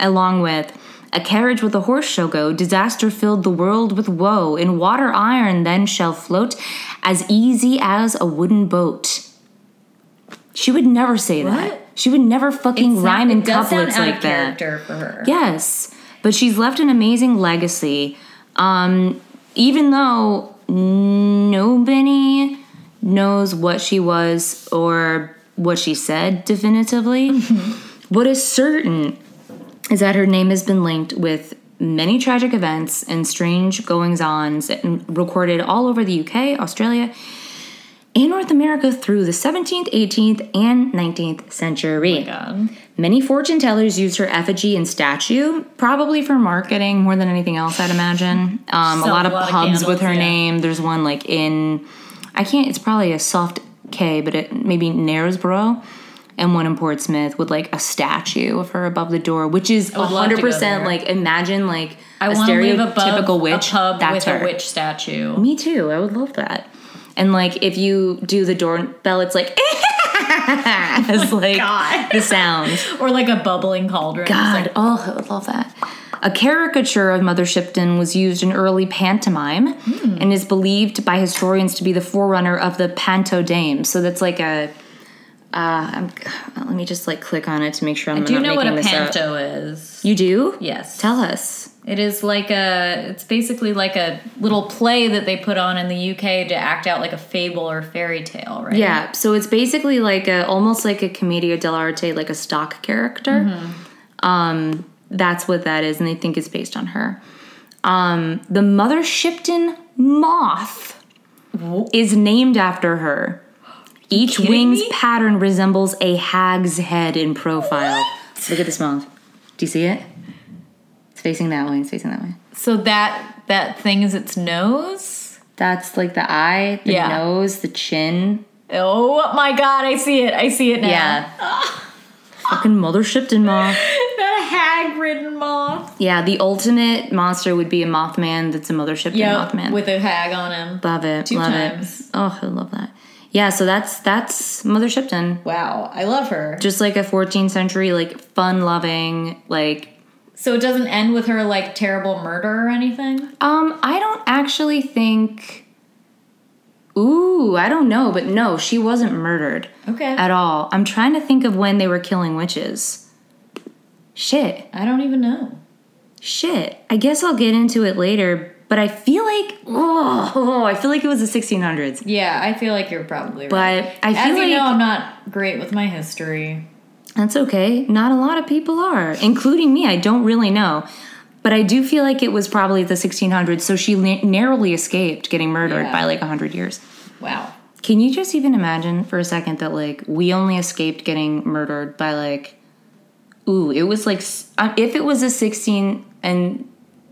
Speaker 1: along with a carriage with a horse shall go, disaster filled the world with woe, in water iron then shall float, as easy as a wooden boat. She would never say that.
Speaker 2: What?
Speaker 1: She would never fucking
Speaker 2: It's not-
Speaker 1: rhyme in
Speaker 2: it does sound
Speaker 1: couplets
Speaker 2: out of
Speaker 1: like that.
Speaker 2: character for her.
Speaker 1: Yes, but she's left an amazing legacy. Um, even though nobody knows what she was or what she said definitively, what is certain is that her name has been linked with many tragic events and strange goings ons recorded all over the UK, Australia, and North America through the 17th, 18th, and 19th century.
Speaker 2: Oh God.
Speaker 1: Many fortune tellers used her effigy and statue, probably for marketing more than anything else, I'd imagine. Um, a
Speaker 2: Mm-hmm. Sell
Speaker 1: lot of
Speaker 2: a lot of
Speaker 1: pubs with
Speaker 2: candles,
Speaker 1: her
Speaker 2: yeah.
Speaker 1: name. There's one like in, I can't, it's probably a soft K, but it maybe Knaresborough, and one in Portsmouth with like a statue of her above the door, which is
Speaker 2: would love to go
Speaker 1: 100%
Speaker 2: there.
Speaker 1: like imagine like
Speaker 2: I
Speaker 1: a
Speaker 2: want to live above
Speaker 1: stereotypical witch.
Speaker 2: a pub
Speaker 1: That's
Speaker 2: with
Speaker 1: her.
Speaker 2: a witch statue.
Speaker 1: Me too. I would love that. And like if you do the doorbell, it's like, it's like
Speaker 2: Oh God.
Speaker 1: the sound.
Speaker 2: Or like a bubbling cauldron. It's
Speaker 1: God,
Speaker 2: like-
Speaker 1: oh, I would love that. A caricature of Mother Shipton was used in early pantomime
Speaker 2: Hmm.
Speaker 1: and is believed by historians to be the forerunner of the panto dame. So that's like a. Uh, I'm, let me just like click on it to make sure I'm
Speaker 2: do you
Speaker 1: not
Speaker 2: know what
Speaker 1: making
Speaker 2: a
Speaker 1: this up.
Speaker 2: panto is?
Speaker 1: You do?
Speaker 2: Yes.
Speaker 1: Tell us.
Speaker 2: It is like a, it's basically like a little play that they put on in the UK to act out like a fable or fairy tale, right?
Speaker 1: Yeah. So it's basically like a almost like a commedia dell'arte, like a stock character. Um,
Speaker 2: Mm-hmm.
Speaker 1: that's what that is, and they think it's based on her. Um, the Mother Shipton moth is named after her. Each
Speaker 2: kidding
Speaker 1: wing's
Speaker 2: me?
Speaker 1: pattern resembles a hag's head in profile. Look at this moth. Do you see it? It's facing that way. It's facing that way.
Speaker 2: So that that thing is its nose.
Speaker 1: That's like the eye, the
Speaker 2: Yeah.
Speaker 1: nose, the chin.
Speaker 2: Oh my god, I see it. I see it now.
Speaker 1: Yeah.
Speaker 2: Ah.
Speaker 1: Fucking Mother Shipton moth.
Speaker 2: That hag ridden moth.
Speaker 1: Yeah, the ultimate monster would be a Mothman that's a mothership
Speaker 2: Yeah.
Speaker 1: to Mothman.
Speaker 2: With a hag on him.
Speaker 1: love it,
Speaker 2: two
Speaker 1: love
Speaker 2: times.
Speaker 1: it. Oh, I love that. Yeah, so that's that's Mother Shipton.
Speaker 2: Wow, I love her.
Speaker 1: Just like a 14th century, like fun loving, like
Speaker 2: So it doesn't end with her like terrible murder or anything?
Speaker 1: um, I don't actually think. Ooh, I don't know, but no, she wasn't murdered
Speaker 2: Okay.
Speaker 1: at all. I'm trying to think of when they were killing witches. Shit.
Speaker 2: I don't even know.
Speaker 1: Shit, I guess I'll get into it later, but I feel like, oh, I feel like it was the 1600s.
Speaker 2: Yeah, I feel like you're probably right.
Speaker 1: But I
Speaker 2: As
Speaker 1: feel like
Speaker 2: you know, I'm not great with my history.
Speaker 1: that's okay. Not a lot of people are, including me. I don't really know. But I do feel like it was probably the 1600s, so she na- narrowly escaped getting murdered
Speaker 2: Yeah.
Speaker 1: by like 100 years.
Speaker 2: Wow.
Speaker 1: Can you just even imagine for a second that like we only escaped getting murdered by like ooh, it was like s- um, if it was a 16 and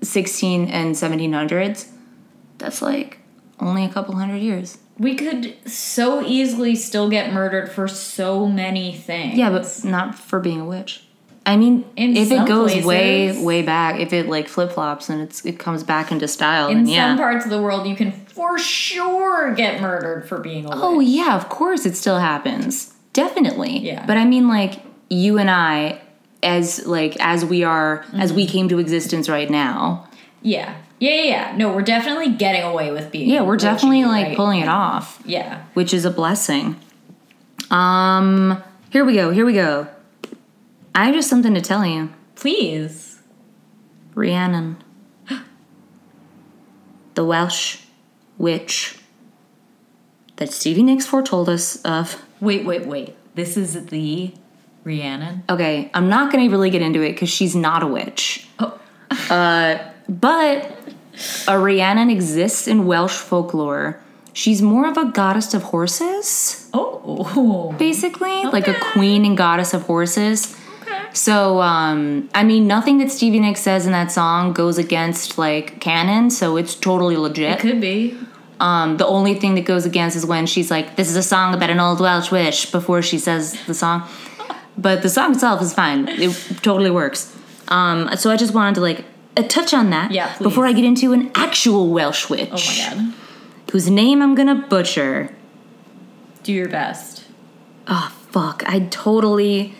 Speaker 1: 16 and 1700s, that's like only a couple hundred years.
Speaker 2: We could so easily still get murdered for so many things.
Speaker 1: Yeah, but not for being a witch. I mean,
Speaker 2: In
Speaker 1: if it
Speaker 2: some
Speaker 1: goes way
Speaker 2: places.
Speaker 1: way back, if it like flip-flops and it's it comes back into style
Speaker 2: in
Speaker 1: then yeah.
Speaker 2: some parts of the world you can for sure get murdered for being a
Speaker 1: Oh
Speaker 2: witch.
Speaker 1: yeah, of course it still happens. Definitely.
Speaker 2: Yeah.
Speaker 1: But I mean like you and I as like as we are as
Speaker 2: Mm-hmm.
Speaker 1: we came to existence right now.
Speaker 2: Yeah. Yeah, yeah, yeah. No, we're definitely getting away with being
Speaker 1: Yeah, we're
Speaker 2: witchy,
Speaker 1: definitely like
Speaker 2: right?
Speaker 1: pulling it off,
Speaker 2: Yeah.
Speaker 1: which is a blessing. Um here we go, here we go. I have just something to tell you.
Speaker 2: Please.
Speaker 1: Rhiannon. the Welsh witch that Stevie Nicks foretold us of
Speaker 2: Wait, wait, wait. This is the Rhiannon.
Speaker 1: Okay, I'm not gonna really get into it because she's not a witch.
Speaker 2: Oh.
Speaker 1: Uh, but a Rhiannon exists in Welsh folklore. She's more of a goddess of horses,
Speaker 2: Oh.
Speaker 1: basically, like a
Speaker 2: Okay.
Speaker 1: queen and goddess of horses.
Speaker 2: Okay.
Speaker 1: So, um, I mean, nothing that Stevie Nicks says in that song goes against like canon, so it's totally legit.
Speaker 2: Could be. Oh
Speaker 1: Um, the only thing that goes against is when she's like, "This is a song about an old Welsh witch" before she says the song. But the song itself is fine; it totally works. Um, so I just wanted to like uh, touch on that
Speaker 2: Yeah, please.
Speaker 1: before I get into an actual Welsh witch,
Speaker 2: Oh my god.
Speaker 1: whose name I'm gonna butcher.
Speaker 2: Do your best.
Speaker 1: Oh fuck! I totally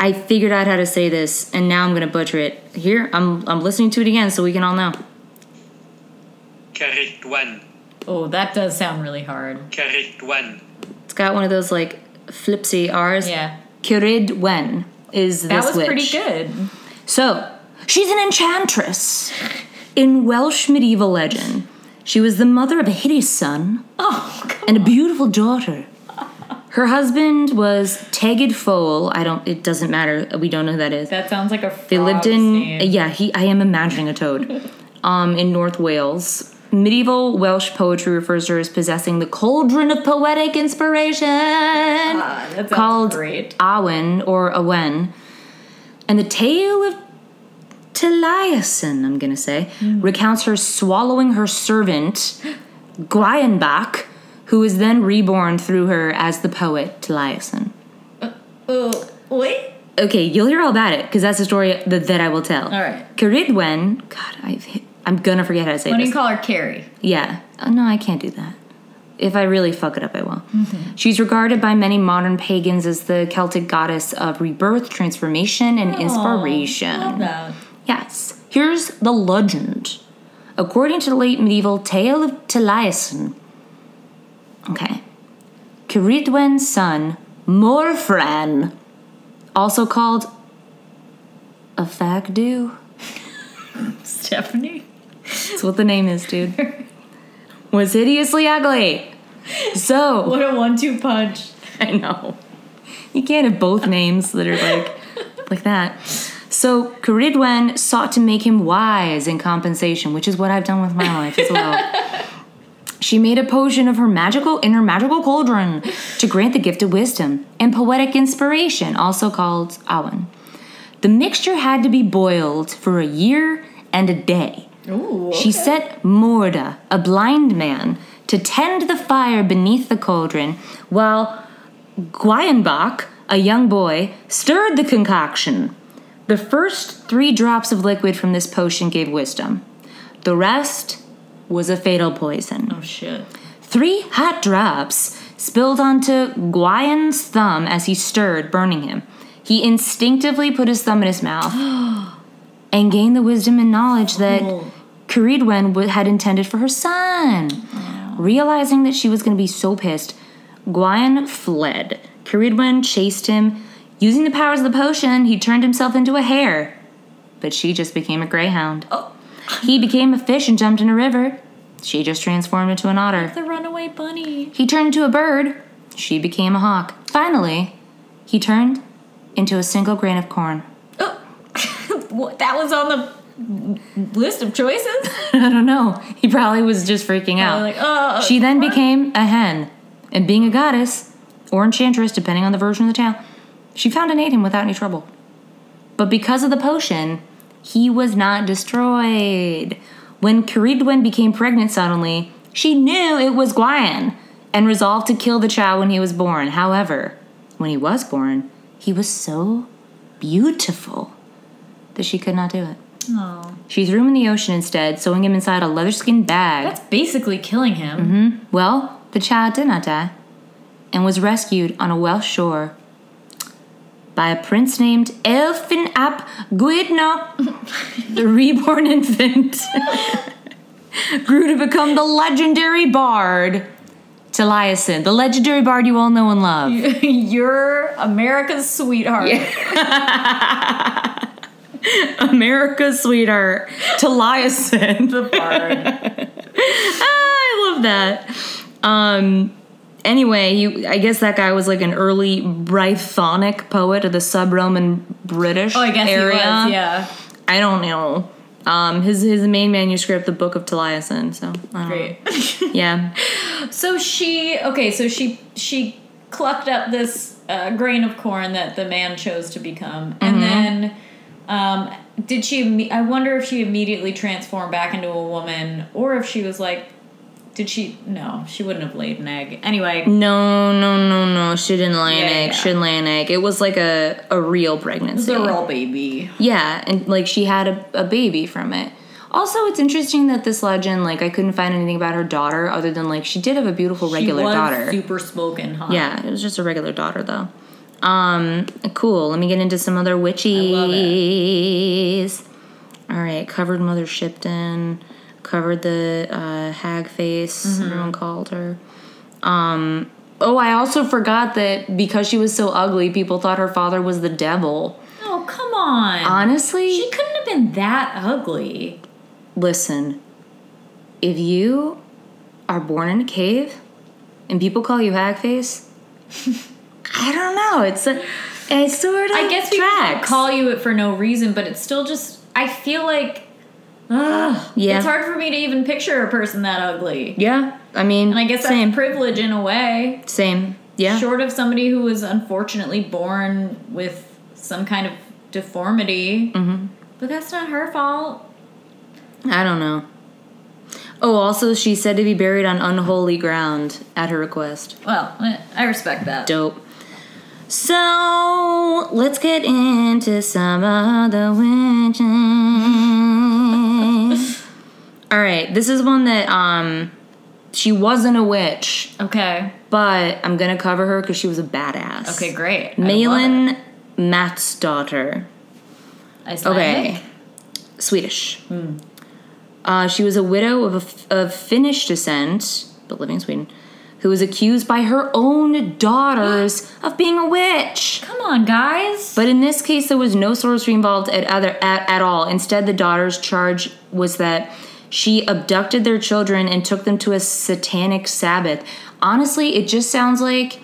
Speaker 1: I figured out how to say this, and now I'm gonna butcher it. Here, I'm I'm listening to it again, so we can all know.
Speaker 3: Carituan.
Speaker 2: Oh, that does sound really hard.
Speaker 3: Carituan.
Speaker 1: It's got one of those like flipsy R's.
Speaker 2: Yeah.
Speaker 1: Kiridwen is this
Speaker 2: That was
Speaker 1: witch.
Speaker 2: pretty good.
Speaker 1: So, she's an enchantress. In Welsh medieval legend, she was the mother of a hideous son
Speaker 2: Oh, come
Speaker 1: and a beautiful daughter. Her husband was Tegid Foel. I don't. It doesn't matter. We don't know who that is.
Speaker 2: That sounds like a frog
Speaker 1: They lived in
Speaker 2: stand.
Speaker 1: yeah. He I am imagining a toad, um, in North Wales. Medieval Welsh poetry refers to her as possessing the cauldron of poetic inspiration,
Speaker 2: Ah, that sounds
Speaker 1: called
Speaker 2: great.
Speaker 1: Awen or Awen, and the tale of Taliesin. I'm gonna say
Speaker 2: Hmm.
Speaker 1: recounts her swallowing her servant Gwynbach, who is then reborn through her as the poet Taliesin.
Speaker 2: Oh, wait.
Speaker 1: Okay, you'll hear all about it because that's the story that, that I will tell.
Speaker 2: All right.
Speaker 1: Caridwen, God, I've hit, I'm gonna forget how to say
Speaker 2: Why don't
Speaker 1: this.
Speaker 2: you call her Carrie?
Speaker 1: yeah. Oh, no, I can't do that. If I really fuck it up, I will.
Speaker 2: Mm-hmm.
Speaker 1: She's regarded by many modern pagans as the Celtic goddess of rebirth, transformation, and inspiration.
Speaker 2: Oh, Love that.
Speaker 1: Yes. Here's the legend. According to the late medieval tale of Taliesin. Okay. Ciridwen's son, Morfran, also called a fagdu.
Speaker 2: Stephanie?
Speaker 1: That's what the name is, dude. Was hideously ugly. So
Speaker 2: What a one two punch.
Speaker 1: I know. You can't have both names that are like like that. So Caridwen sought to make him wise in compensation, which is what I've done with my life as well. She made a potion of her magical in her magical cauldron to grant the gift of wisdom and poetic inspiration, also called awen. The mixture had to be boiled for a year and a day.
Speaker 2: Ooh.
Speaker 1: She set Morda, a blind man, to tend the fire beneath the cauldron, while Guyenbach, a young boy, stirred the concoction. The first three drops of liquid from this potion gave wisdom. The rest was a fatal poison.
Speaker 2: Oh, shit.
Speaker 1: Three hot drops spilled onto Guyan's thumb as he stirred, burning him. He instinctively put his thumb in his mouth and gained the wisdom and knowledge that
Speaker 2: Oh.
Speaker 1: Caridwen w- had intended for her son. Realizing that she was going to be so pissed, Guyan fled. Caridwen chased him. Using the powers of the potion, he turned himself into a hare, but she just became a greyhound.
Speaker 2: Oh.
Speaker 1: He became a fish and jumped in a river. She just transformed into an otter.
Speaker 2: The runaway bunny.
Speaker 1: He turned into a bird. She became a hawk. Finally, he turned into a single grain of corn.
Speaker 2: Oh. What, that was on the list of choices?
Speaker 1: I don't know. He probably was just freaking out.
Speaker 2: Like, oh.
Speaker 1: she then became a hen, and being a goddess or enchantress, depending on the version of the tale, she found and ate him without any trouble. But because of the potion, he was not destroyed. When Caridwen became pregnant suddenly, she knew it was Guyan and resolved to kill the child when he was born. However, when he was born, he was so beautiful that she could not do it.
Speaker 2: Oh.
Speaker 1: She threw him in the ocean instead, sewing him inside a leather skin bag.
Speaker 2: That's basically killing him.
Speaker 1: Well, the child did not die and was rescued on a Welsh shore by a prince named Elfin ap Gwydno. the reborn infant grew to become the legendary bard Taliesin, the legendary bard you all know and love.
Speaker 2: You're America's sweetheart.
Speaker 1: America's sweetheart, Taliesin.
Speaker 2: The bard.
Speaker 1: Ah, I love that. Um, anyway, he, I guess that guy was like an early Brythonic poet of the sub-Roman British
Speaker 2: Oh, I guess
Speaker 1: area.
Speaker 2: he was. Yeah.
Speaker 1: I don't know. Um, his his main manuscript, the Book of Taliesin. So I don't
Speaker 2: Great.
Speaker 1: know. yeah,
Speaker 2: So she okay, so she she clucked up this uh, grain of corn that the man chose to become, and then um, did she? imme- I wonder if she immediately transformed back into a woman, or if she was like, did she? No, she wouldn't have laid an egg anyway.
Speaker 1: no, no, no, no. She didn't lay an
Speaker 2: Yeah,
Speaker 1: egg.
Speaker 2: yeah.
Speaker 1: She didn't lay an egg. It was like a a real pregnancy.
Speaker 2: The roll baby.
Speaker 1: Yeah, and like she had a, a baby from it. Also, it's interesting that this legend, like, I couldn't find anything about her daughter other than like she did have a beautiful regular
Speaker 2: she was
Speaker 1: daughter.
Speaker 2: super smoking hot.
Speaker 1: Yeah, it was just a regular daughter though. Um, cool. Let me get into some other witchies. All right, covered Mother Shipton, covered the uh, hag face. Everyone called her. Um, oh, I also forgot that because she was so ugly, people thought her father was the devil.
Speaker 2: Oh, come on.
Speaker 1: Honestly,
Speaker 2: she couldn't have been that ugly.
Speaker 1: listen, if you are born in a cave and people call you hagface, I don't know. It's a, it sort of
Speaker 2: I guess we
Speaker 1: tracks.
Speaker 2: call you it for no reason, but it's still just. I feel like. Ugh,
Speaker 1: Yeah.
Speaker 2: It's hard for me to even picture a person that ugly.
Speaker 1: yeah. I mean,
Speaker 2: And I guess
Speaker 1: same,
Speaker 2: that's privilege in a way.
Speaker 1: same. Yeah,
Speaker 2: Short of somebody who was unfortunately born with some kind of deformity. Mm-hmm. But that's not her fault.
Speaker 1: I don't know. Oh, also, she said to be buried on unholy ground at her request.
Speaker 2: Well, eh, I respect that.
Speaker 1: Dope. So let's get into some other witches. All right, this is one that um, she wasn't a witch,
Speaker 2: Okay.
Speaker 1: but I'm gonna cover her because she was a badass.
Speaker 2: Okay, great. I love it.
Speaker 1: Malin Matt's daughter.
Speaker 2: Icelandic?
Speaker 1: Okay, Swedish.
Speaker 2: Hmm.
Speaker 1: Uh, she was a widow of, a f of Finnish descent, but living in Sweden, who was accused by her own daughters of being a witch.
Speaker 2: Come on, guys.
Speaker 1: But in this case, there was no sorcery involved at other at, at all. Instead, the daughter's charge was that she abducted their children and took them to a satanic Sabbath. Honestly, it just sounds like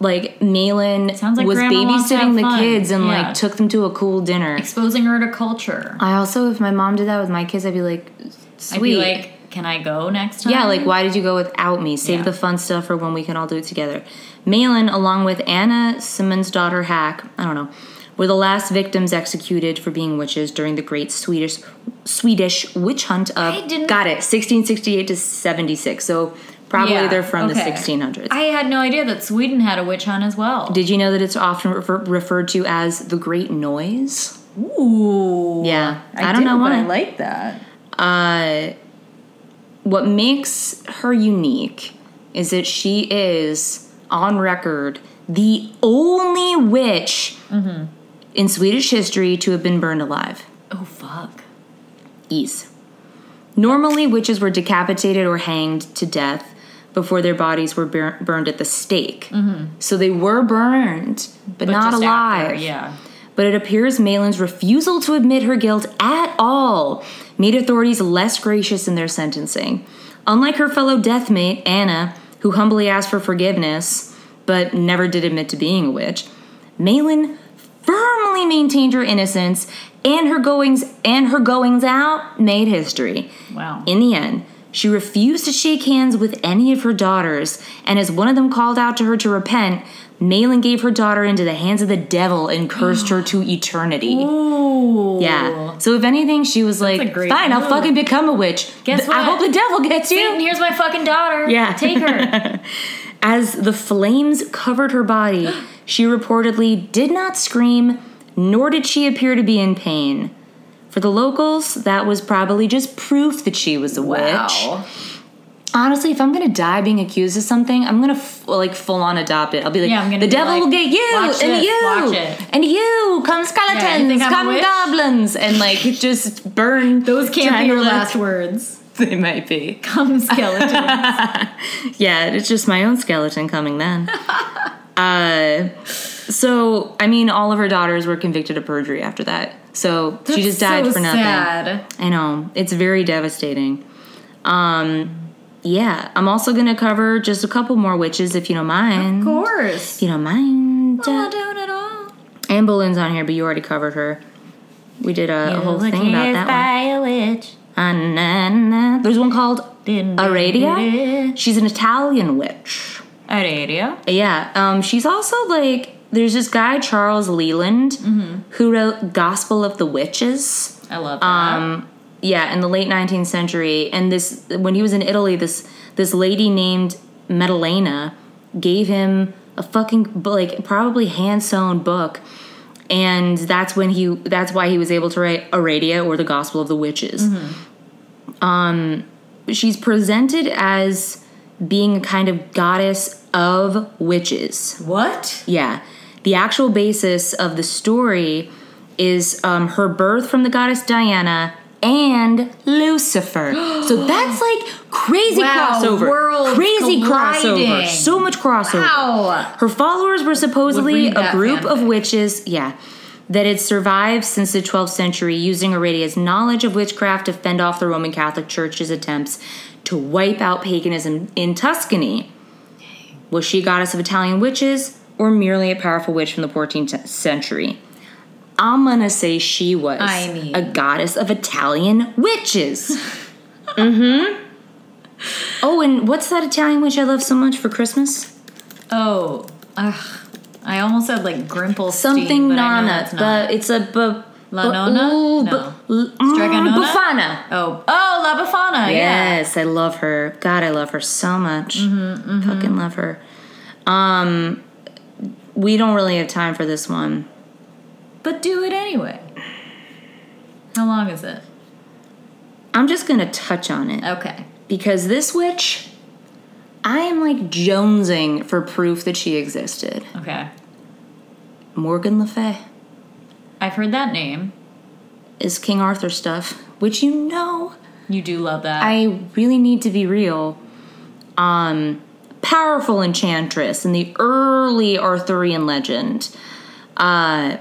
Speaker 1: like Malin
Speaker 2: Sounds like
Speaker 1: was
Speaker 2: Grandma wants to have
Speaker 1: babysitting the
Speaker 2: fun.
Speaker 1: kids and
Speaker 2: Yeah.
Speaker 1: like took them to a cool dinner.
Speaker 2: Exposing her to culture.
Speaker 1: I also, if my mom did that with my kids, I'd be like, sweet.
Speaker 2: I'd be like, can I go next time?
Speaker 1: Yeah, like why did you go without me? Save
Speaker 2: Yeah.
Speaker 1: the fun stuff for when we can all do it together. Malin, along with Anna Simmons' daughter Hack, I don't know, were the last victims executed for being witches during the Great Swedish Swedish witch hunt of
Speaker 2: I didn't-
Speaker 1: got it 1668 to 76. So probably
Speaker 2: Yeah,
Speaker 1: they're from
Speaker 2: okay.
Speaker 1: the 1600s.
Speaker 2: I had no idea that Sweden had a witch hunt as well.
Speaker 1: did you know that it's often refer- referred to as the Great Noise?
Speaker 2: Ooh.
Speaker 1: Yeah, I, don't know why.
Speaker 2: like that.
Speaker 1: uh, what makes her unique is that she is on record the only witch in Swedish history to have been burned alive.
Speaker 2: Oh fuck.
Speaker 1: Ease. Normally, witches were decapitated or hanged to death before their bodies were bur- burned at the stake. So they were burned, but,
Speaker 2: Mm-hmm. But
Speaker 1: not
Speaker 2: just
Speaker 1: alive.
Speaker 2: after, yeah.
Speaker 1: But it appears Malin's refusal to admit her guilt at all made authorities less gracious in their sentencing. Unlike her fellow deathmate, Anna, who humbly asked for forgiveness but never did admit to being a witch, Malin firmly maintained her innocence and her goings and her goings out made history.
Speaker 2: Wow.
Speaker 1: In the end, she refused to shake hands with any of her daughters, and as one of them called out to her to repent, Malin gave her daughter into the hands of the devil and cursed her to eternity.
Speaker 2: Ooh.
Speaker 1: Yeah. So if anything, she was
Speaker 2: a
Speaker 1: like,
Speaker 2: great
Speaker 1: "Fine, I'll
Speaker 2: move.
Speaker 1: fucking become a witch.
Speaker 2: Guess
Speaker 1: Th- I
Speaker 2: what?
Speaker 1: hope the devil gets you."
Speaker 2: Satan, here's my fucking daughter.
Speaker 1: Yeah.
Speaker 2: Take her.
Speaker 1: As the flames covered her body, she reportedly did not scream, nor did she appear to be in pain. For the locals, that was probably just proof that she was a witch.
Speaker 2: wow.
Speaker 1: honestly, if I'm gonna die being accused of something, I'm gonna f- like full on adopt it. I'll be like,
Speaker 2: Yeah, I'm gonna
Speaker 1: the
Speaker 2: be
Speaker 1: devil
Speaker 2: like,
Speaker 1: will get you
Speaker 2: "Watch
Speaker 1: and
Speaker 2: this,
Speaker 1: you
Speaker 2: watch it."
Speaker 1: and you come
Speaker 2: Yeah, you
Speaker 1: skeletons,
Speaker 2: think I'm a
Speaker 1: come
Speaker 2: witch?
Speaker 1: goblins, and like just burn.
Speaker 2: Those can't be
Speaker 1: trying to
Speaker 2: your
Speaker 1: look-
Speaker 2: last words.
Speaker 1: They might be.
Speaker 2: Come skeleton.
Speaker 1: Yeah, it's just my own skeleton coming then. uh, so I mean, all of her daughters were convicted of perjury after that. So she just died
Speaker 2: so
Speaker 1: for nothing.
Speaker 2: Sad.
Speaker 1: I know. It's very devastating. Um yeah, I'm also going to cover just a couple more witches if you don't mind.
Speaker 2: Of course.
Speaker 1: If you don't mind.
Speaker 2: Not doing at all.
Speaker 1: Anne Boleyn's on here, but you already covered her. We did a, a whole
Speaker 2: Look
Speaker 1: thing about
Speaker 2: here's
Speaker 1: that one.
Speaker 2: by a witch.
Speaker 1: Ah, na, na. There's one called
Speaker 2: Didn't
Speaker 1: Aradia. She's an Italian witch.
Speaker 2: Aradia.
Speaker 1: Yeah, um, she's also like, there's this guy, Charles Leland,
Speaker 2: Mm-hmm.
Speaker 1: who wrote Gospel of the Witches.
Speaker 2: I love that.
Speaker 1: um, yeah, in the late 19th century, and this when he was in Italy, this this lady named Madalena gave him a fucking bu- like probably hand sewn book, and that's when he that's why he was able to write Aradia or the Gospel of the Witches. Um, she's presented as being a kind of goddess of witches.
Speaker 2: what?
Speaker 1: Yeah. the actual basis of the story is um, her birth from the goddess Diana and Lucifer. so that's like crazy
Speaker 2: Wow,
Speaker 1: crossover.
Speaker 2: worlds
Speaker 1: crazy crossover.
Speaker 2: colliding.
Speaker 1: So much crossover.
Speaker 2: Wow.
Speaker 1: Her followers were supposedly
Speaker 2: Would read
Speaker 1: a
Speaker 2: that
Speaker 1: group of
Speaker 2: fanfic.
Speaker 1: witches, yeah, that had survived since the 12th century, using Arrhetia's knowledge of witchcraft to fend off the Roman Catholic Church's attempts to wipe out paganism in Tuscany. Was she a goddess of Italian witches or merely a powerful witch from the 14th century? I'm gonna say she was
Speaker 2: I mean-
Speaker 1: a goddess of Italian witches. mm-hmm. Oh, and what's that Italian witch I love so much for Christmas?
Speaker 2: Oh, ugh. I almost said like Grimple
Speaker 1: something
Speaker 2: but I know
Speaker 1: nana,
Speaker 2: that's not.
Speaker 1: but it's a bu-
Speaker 2: La
Speaker 1: bu-
Speaker 2: nonna?
Speaker 1: ooh, bu-
Speaker 2: No.
Speaker 1: l- mm,
Speaker 2: Stregonona?
Speaker 1: Bufana.
Speaker 2: oh, oh, La Befana. Yeah. Mm-hmm,
Speaker 1: Yes, I love her. God, I love her so much. Fucking love her. Um, we don't really have time for this one.
Speaker 2: But do it anyway. How long is it?
Speaker 1: I'm just gonna touch on it
Speaker 2: Okay.
Speaker 1: because this witch, I am like jonesing for proof that she existed.
Speaker 2: Okay.
Speaker 1: Morgan Le Fay
Speaker 2: I've heard that name.
Speaker 1: is King Arthur stuff, which you know
Speaker 2: You do love that.
Speaker 1: I really need to be real. Um, powerful enchantress in the early Arthurian legend. Uh,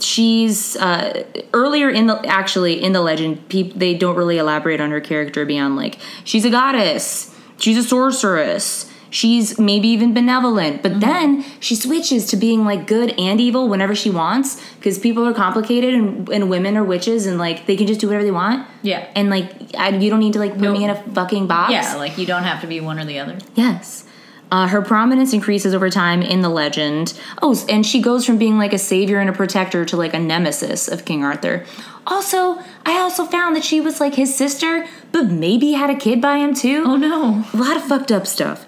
Speaker 1: she's uh, earlier in the actually in the legend. Peop, they don't really elaborate on her character beyond like she's a goddess, she's a sorceress. She's maybe even benevolent, but then she switches to being like good and evil whenever she wants because people are complicated and, and women are witches and like they can just do whatever they want
Speaker 2: yeah.
Speaker 1: and like I, you don't need to like put
Speaker 2: No.
Speaker 1: me in a fucking box.
Speaker 2: yeah, like you don't have to be one or the other.
Speaker 1: Yes. Uh, her prominence increases over time in the legend. Oh, s- and she goes from being like a savior and a protector to like a nemesis of King Arthur. Also, I also found that she was like his sister, but maybe had a kid by him too.
Speaker 2: Oh no.
Speaker 1: A lot of fucked up stuff.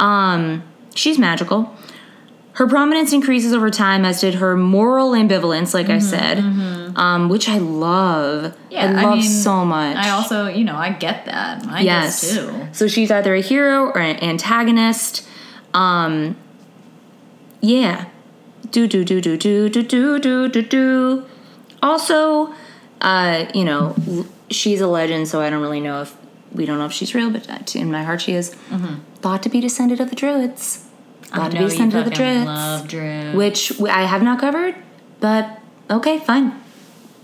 Speaker 1: Um, she's magical. Her prominence increases over time, as did her moral ambivalence, like I said, um, which I love.
Speaker 2: Mm-hmm, Yeah,
Speaker 1: I
Speaker 2: I
Speaker 1: love
Speaker 2: mean,
Speaker 1: so much.
Speaker 2: I also, you know, I get that. I
Speaker 1: Yes.
Speaker 2: yes. too.
Speaker 1: So she's either a hero or an antagonist. Um Yeah. Do do do do do do do do do do. Also, uh, you know, l- she's a legend, so I don't really know if we don't know if she's real, but I- in my heart she is. Thought to be descended of the Druids.
Speaker 2: Mm-hmm. I
Speaker 1: Thought to
Speaker 2: know
Speaker 1: be
Speaker 2: you
Speaker 1: descended of the
Speaker 2: fucking
Speaker 1: Druids.
Speaker 2: love Druids.
Speaker 1: Which w- I have not covered, but okay, fine.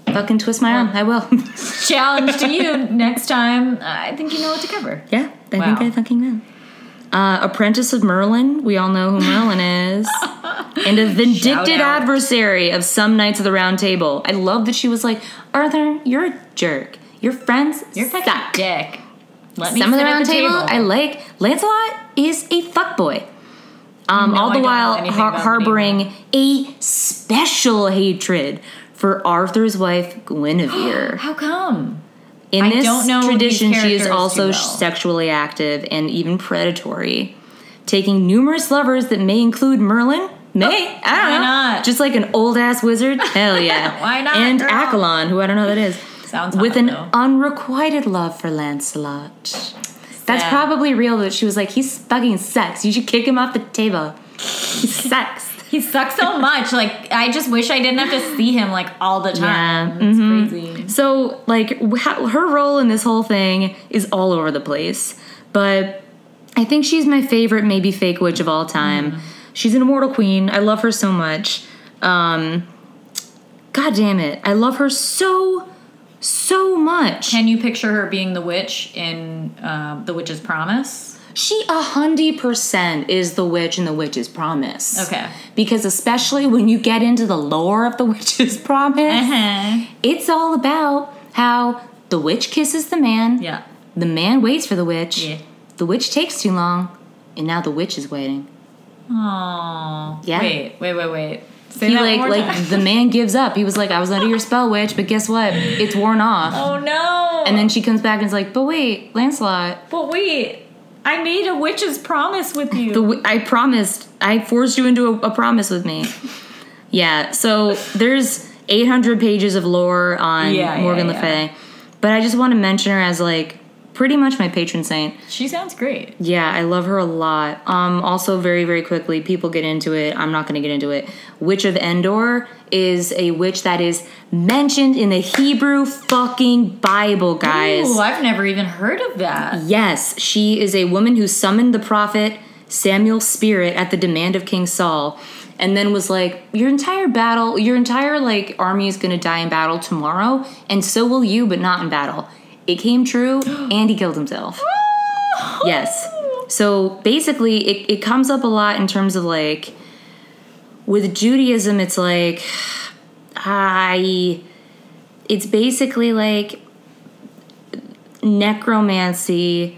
Speaker 1: Fucking twist my arm. I will.
Speaker 2: Challenge to you next time. I think you know what to cover.
Speaker 1: Yeah, I
Speaker 2: Wow.
Speaker 1: think I fucking know. Uh, Apprentice of Merlin, we all know who Merlin is, and a
Speaker 2: Shout
Speaker 1: vindictive
Speaker 2: out.
Speaker 1: adversary of some Knights of the Round Table. I love that she was like, Arthur, you're a jerk. Your friends
Speaker 2: You're
Speaker 1: suck.
Speaker 2: fucking dick. Let me
Speaker 1: Some of the
Speaker 2: sit at
Speaker 1: Round
Speaker 2: the
Speaker 1: table,
Speaker 2: table.
Speaker 1: I like. Lancelot is a fuckboy. Um,
Speaker 2: No,
Speaker 1: all
Speaker 2: I
Speaker 1: the
Speaker 2: don't know
Speaker 1: while
Speaker 2: anything
Speaker 1: har-
Speaker 2: about
Speaker 1: harboring a special hatred for Arthur's wife Guinevere.
Speaker 2: How come?
Speaker 1: In
Speaker 2: I
Speaker 1: this
Speaker 2: don't know these
Speaker 1: tradition, she is
Speaker 2: characters
Speaker 1: also
Speaker 2: too well.
Speaker 1: sexually active and even predatory, taking numerous lovers that may include Merlin. May I don't
Speaker 2: Oh, why
Speaker 1: know,
Speaker 2: not?
Speaker 1: just like an old ass wizard. Hell yeah,
Speaker 2: Why not,
Speaker 1: And
Speaker 2: girl?
Speaker 1: Acalon, who I don't know who that is,
Speaker 2: Sounds
Speaker 1: with
Speaker 2: hot,
Speaker 1: an
Speaker 2: though.
Speaker 1: unrequited love for Lancelot. That's
Speaker 2: Sad.
Speaker 1: probably real. That she was like, he's fucking sex. You should kick him off the table. He's sex.
Speaker 2: He sucks so much. Like I just wish I didn't have to see him like all the time. Mm-hmm.
Speaker 1: Yeah,
Speaker 2: It's crazy.
Speaker 1: So, like, wh- how- her role in this whole thing is all over the place. But I think she's my favorite, maybe fake witch of all time. She's an immortal queen. I love her so much. Um, God damn it. I love her so, so much.
Speaker 2: Can you picture her being the witch in uh, The Witch's Promise?
Speaker 1: She a hundred percent is the witch in the witch's promise.
Speaker 2: Okay.
Speaker 1: Because especially when you get into the lore of the witch's promise,
Speaker 2: Uh-huh.
Speaker 1: it's all about how the witch kisses the man.
Speaker 2: Yeah.
Speaker 1: The man waits for the witch.
Speaker 2: Yeah.
Speaker 1: The witch takes too long, and now the witch is waiting.
Speaker 2: Aww.
Speaker 1: Yeah.
Speaker 2: Wait, wait, wait, wait. Say
Speaker 1: He
Speaker 2: that
Speaker 1: like
Speaker 2: one more
Speaker 1: like
Speaker 2: time.
Speaker 1: the man gives up. He was like, I was under your spell, witch, but guess what? It's worn off.
Speaker 2: Oh no.
Speaker 1: And then she comes back and is like, but wait, Lancelot,
Speaker 2: But wait, I made a witch's promise with you.
Speaker 1: the w- I promised, I forced you into a, a promise with me. yeah. So there's 800 pages of lore on
Speaker 2: Yeah, yeah,
Speaker 1: Morgan Le
Speaker 2: yeah.
Speaker 1: Fay, but I just want to mention her as like pretty much my patron saint.
Speaker 2: She sounds great.
Speaker 1: Yeah, I love her a lot. Um, also, very, very quickly, people get into it. I'm not going to get into it. Witch of Endor is a witch that is mentioned in the Hebrew fucking Bible, guys.
Speaker 2: Ooh, I've never even heard of that.
Speaker 1: Yes, she is a woman who summoned the prophet Samuel Spirit at the demand of King Saul and then was like, Your entire battle, your entire like army is gonna die in battle tomorrow, and so will you, but not in battle. It came true, and he killed himself. yes. So basically it, it comes up a lot in terms of like with Judaism, it's like I it's basically like necromancy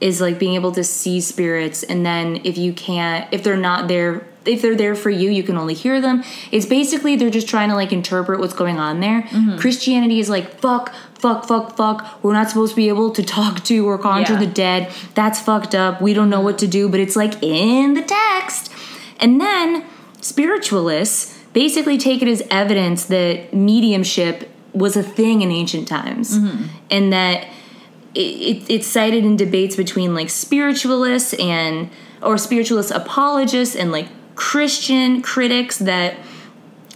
Speaker 1: is like being able to see spirits and then if you can't if they're not there if they're there for you you can only hear them it's basically they're just trying to like interpret what's going on there christianity is like fuck fuck fuck fuck we're not supposed to be able to talk to or conjure
Speaker 2: Yeah.
Speaker 1: the dead that's fucked up we don't know what to do but it's like in the text and then spiritualists basically take it as evidence that mediumship was a thing in ancient times and that it, it, it's cited in debates between like spiritualists and or spiritualist apologists and like christian critics that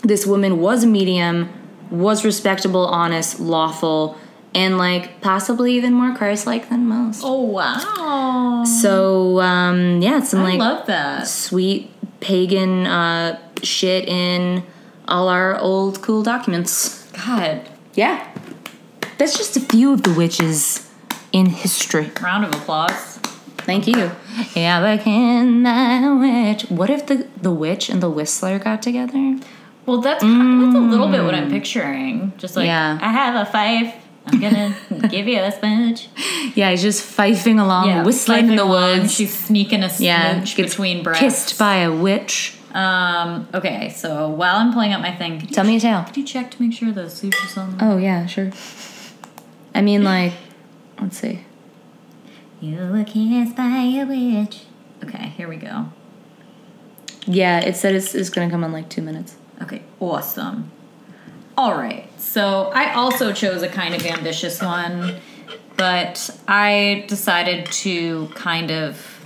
Speaker 1: this woman was a medium was respectable honest lawful and like possibly even more christ-like than most
Speaker 2: Oh wow.
Speaker 1: so um yeah some
Speaker 2: I
Speaker 1: like
Speaker 2: love that.
Speaker 1: sweet pagan uh shit in all our old cool documents
Speaker 2: God.
Speaker 1: yeah that's just a few of the witches in history
Speaker 2: Round of applause.
Speaker 1: Thank you. Yeah, but can the witch? What if the the witch and the whistler got together?
Speaker 2: Well, that's kind that's a little bit what I'm picturing. Just like
Speaker 1: Mm. Yeah.
Speaker 2: I have a five. I'm gonna give you a smooch.
Speaker 1: Yeah, he's just fifing along, whistling in
Speaker 2: slightly
Speaker 1: the
Speaker 2: long,
Speaker 1: woods.
Speaker 2: She's sneaking a smooch
Speaker 1: Yeah, gets
Speaker 2: between breaths.
Speaker 1: Kissed by a witch.
Speaker 2: Um. Okay. So while I'm pulling up my thing, could
Speaker 1: Tell me a tale.
Speaker 2: you check to make sure the suture's on?
Speaker 1: Oh yeah, sure. I mean, like, let's see.
Speaker 2: You were kissed by a witch. Okay. Here we go.
Speaker 1: Yeah, it said it's, it's gonna come in like two minutes.
Speaker 2: Okay, awesome. All right, so I also chose a kind of ambitious one, but I decided to kind of,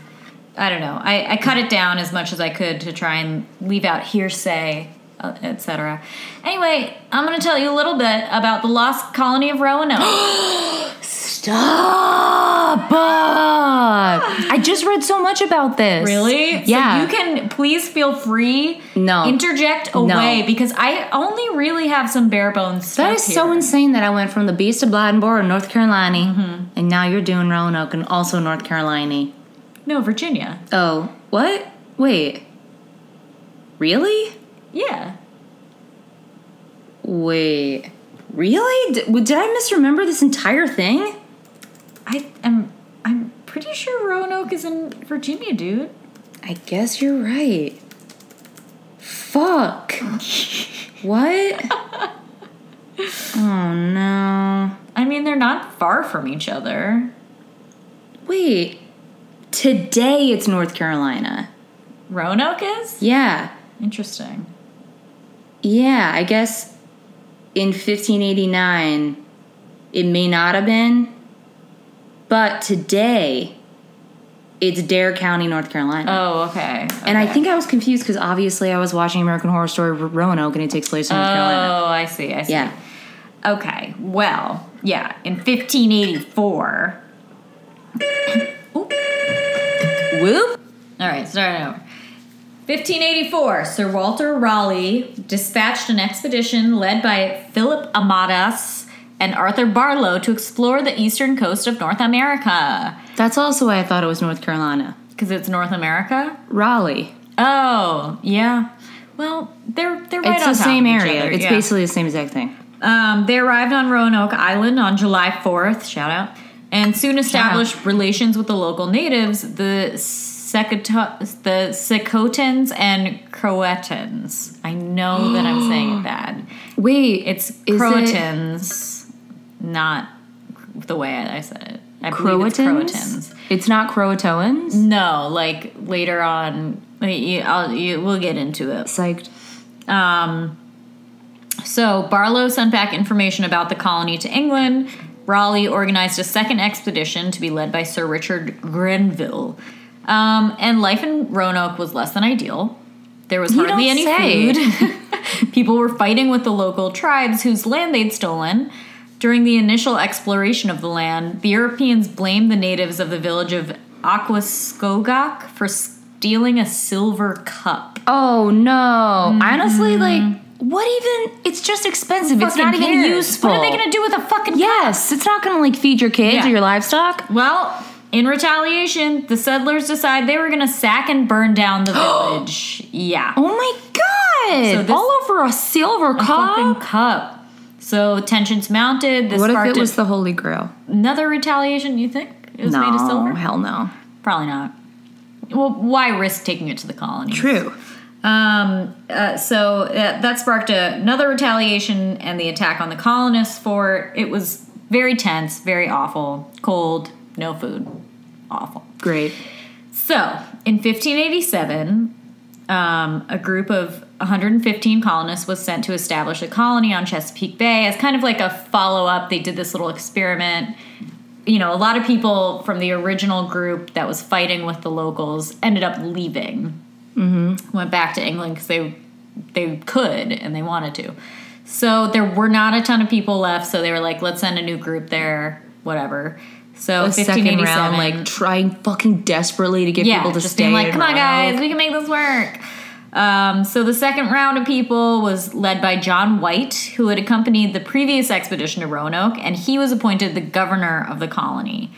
Speaker 2: I don't know, I, I cut it down as much as I could to try and leave out hearsay, uh, etc. Anyway, I'm going to tell you a little bit about the lost colony of Roanoke.
Speaker 1: Stop! I just read so much about this.
Speaker 2: really?
Speaker 1: Yeah.
Speaker 2: So you can please feel free.
Speaker 1: No.
Speaker 2: Interject away because I only really have some bare bones stuff.
Speaker 1: That is so
Speaker 2: here.
Speaker 1: insane that I went from the Beast of Bladenboro, North Carolina, and now you're doing Roanoke and also North Carolina.
Speaker 2: No, Virginia.
Speaker 1: Oh, what? Wait. Really?
Speaker 2: Yeah.
Speaker 1: Wait. Really? D- w- did I misremember this entire thing?
Speaker 2: I am. I'm pretty sure Roanoke is in Virginia, dude.
Speaker 1: I guess you're right. Fuck. what? Oh no.
Speaker 2: I mean, they're not far from each other.
Speaker 1: Wait. Today it's North Carolina.
Speaker 2: Roanoke is
Speaker 1: Yeah.
Speaker 2: interesting.
Speaker 1: Yeah, I guess in 1589 it may not have been, but today it's Dare County, North Carolina.
Speaker 2: Oh, okay.
Speaker 1: and I
Speaker 2: okay.
Speaker 1: think I was confused because obviously I was watching American Horror Story Ro- Roanoke and it takes place in
Speaker 2: Oh,
Speaker 1: North Carolina.
Speaker 2: I see. Oh, I see.
Speaker 1: Yeah.
Speaker 2: Okay. Well, yeah. In 1584.
Speaker 1: Whoop.
Speaker 2: All right, starting over. 1584, Sir Walter Raleigh dispatched an expedition led by Philip Amadas and Arthur Barlow to explore the eastern coast of North America.
Speaker 1: That's also why I thought it was North Carolina.
Speaker 2: Because it's North America.
Speaker 1: Raleigh.
Speaker 2: Oh, yeah. Well, they're they're right
Speaker 1: it's
Speaker 2: on
Speaker 1: the
Speaker 2: top
Speaker 1: same
Speaker 2: of each
Speaker 1: area.
Speaker 2: other,
Speaker 1: It's
Speaker 2: yeah.
Speaker 1: basically the same exact thing.
Speaker 2: Um, they arrived on Roanoke Island on July fourth. Shout out! And soon established relations with the local natives, the Secoto- the Secotans and Croatans. I know that I'm saying it bad.
Speaker 1: Wait,
Speaker 2: It's
Speaker 1: is it-
Speaker 2: Croatans, not the way I I said it. I believe it's
Speaker 1: Croatans?
Speaker 2: Croatans.
Speaker 1: It's not Croatoans?
Speaker 2: No, like later on, you, I'll, you, we'll get into it.
Speaker 1: Psyched.
Speaker 2: Um, so Barlow sent back information about the colony to England. Raleigh organized a second expedition to be led by Sir Richard Grenville. Um, and life in Roanoke was less than ideal. There was
Speaker 1: You
Speaker 2: hardly
Speaker 1: don't
Speaker 2: any
Speaker 1: say.
Speaker 2: food. People were fighting with the local tribes whose land they'd stolen. During the initial exploration of the land, the Europeans blamed the natives of the village of Aquascogak for stealing a silver cup.
Speaker 1: Oh no. Honestly,
Speaker 2: Mm-hmm.
Speaker 1: like what even it's just expensive. It's
Speaker 2: Fucking
Speaker 1: not even
Speaker 2: cares?
Speaker 1: useful.
Speaker 2: What are they going to do with a fucking cup?
Speaker 1: Yes, it's not gonna like feed your kids
Speaker 2: Yeah.
Speaker 1: or your livestock.
Speaker 2: Well, in retaliation, the settlers decide they were going to sack and burn down the village. yeah.
Speaker 1: Oh my god!
Speaker 2: So this-
Speaker 1: All over a silver
Speaker 2: Fucking
Speaker 1: cup.
Speaker 2: cup. So tensions mounted. This
Speaker 1: What if
Speaker 2: sparked
Speaker 1: it was
Speaker 2: a-
Speaker 1: the Holy Grail?
Speaker 2: another retaliation, you think? It was made of silver?
Speaker 1: hell no.
Speaker 2: Probably not. Well, why risk taking it to the colonies?
Speaker 1: True.
Speaker 2: Um, uh, so uh, that sparked a, another retaliation and the attack on the colonists fort. It was very tense, very awful, cold, no food, awful.
Speaker 1: Great.
Speaker 2: So, in 1587, um, a group of 115 colonists was sent to establish a colony on Chesapeake Bay as kind of like a follow up. They did this little experiment. You know, a lot of people from the original group that was fighting with the locals ended up leaving, mm-hmm. went back to England because they they could and they wanted to. So there were not a ton of people left. So they were like, let's send a new group there, whatever. So
Speaker 1: A second
Speaker 2: 1587,
Speaker 1: round, like trying fucking desperately to get people to
Speaker 2: just
Speaker 1: stay.
Speaker 2: being like,
Speaker 1: in
Speaker 2: come on,
Speaker 1: Roanoke."
Speaker 2: guys, we can make this work. Um, so the second round of people was led by John White, who had accompanied the previous expedition to Roanoke, and he was appointed the governor of the colony.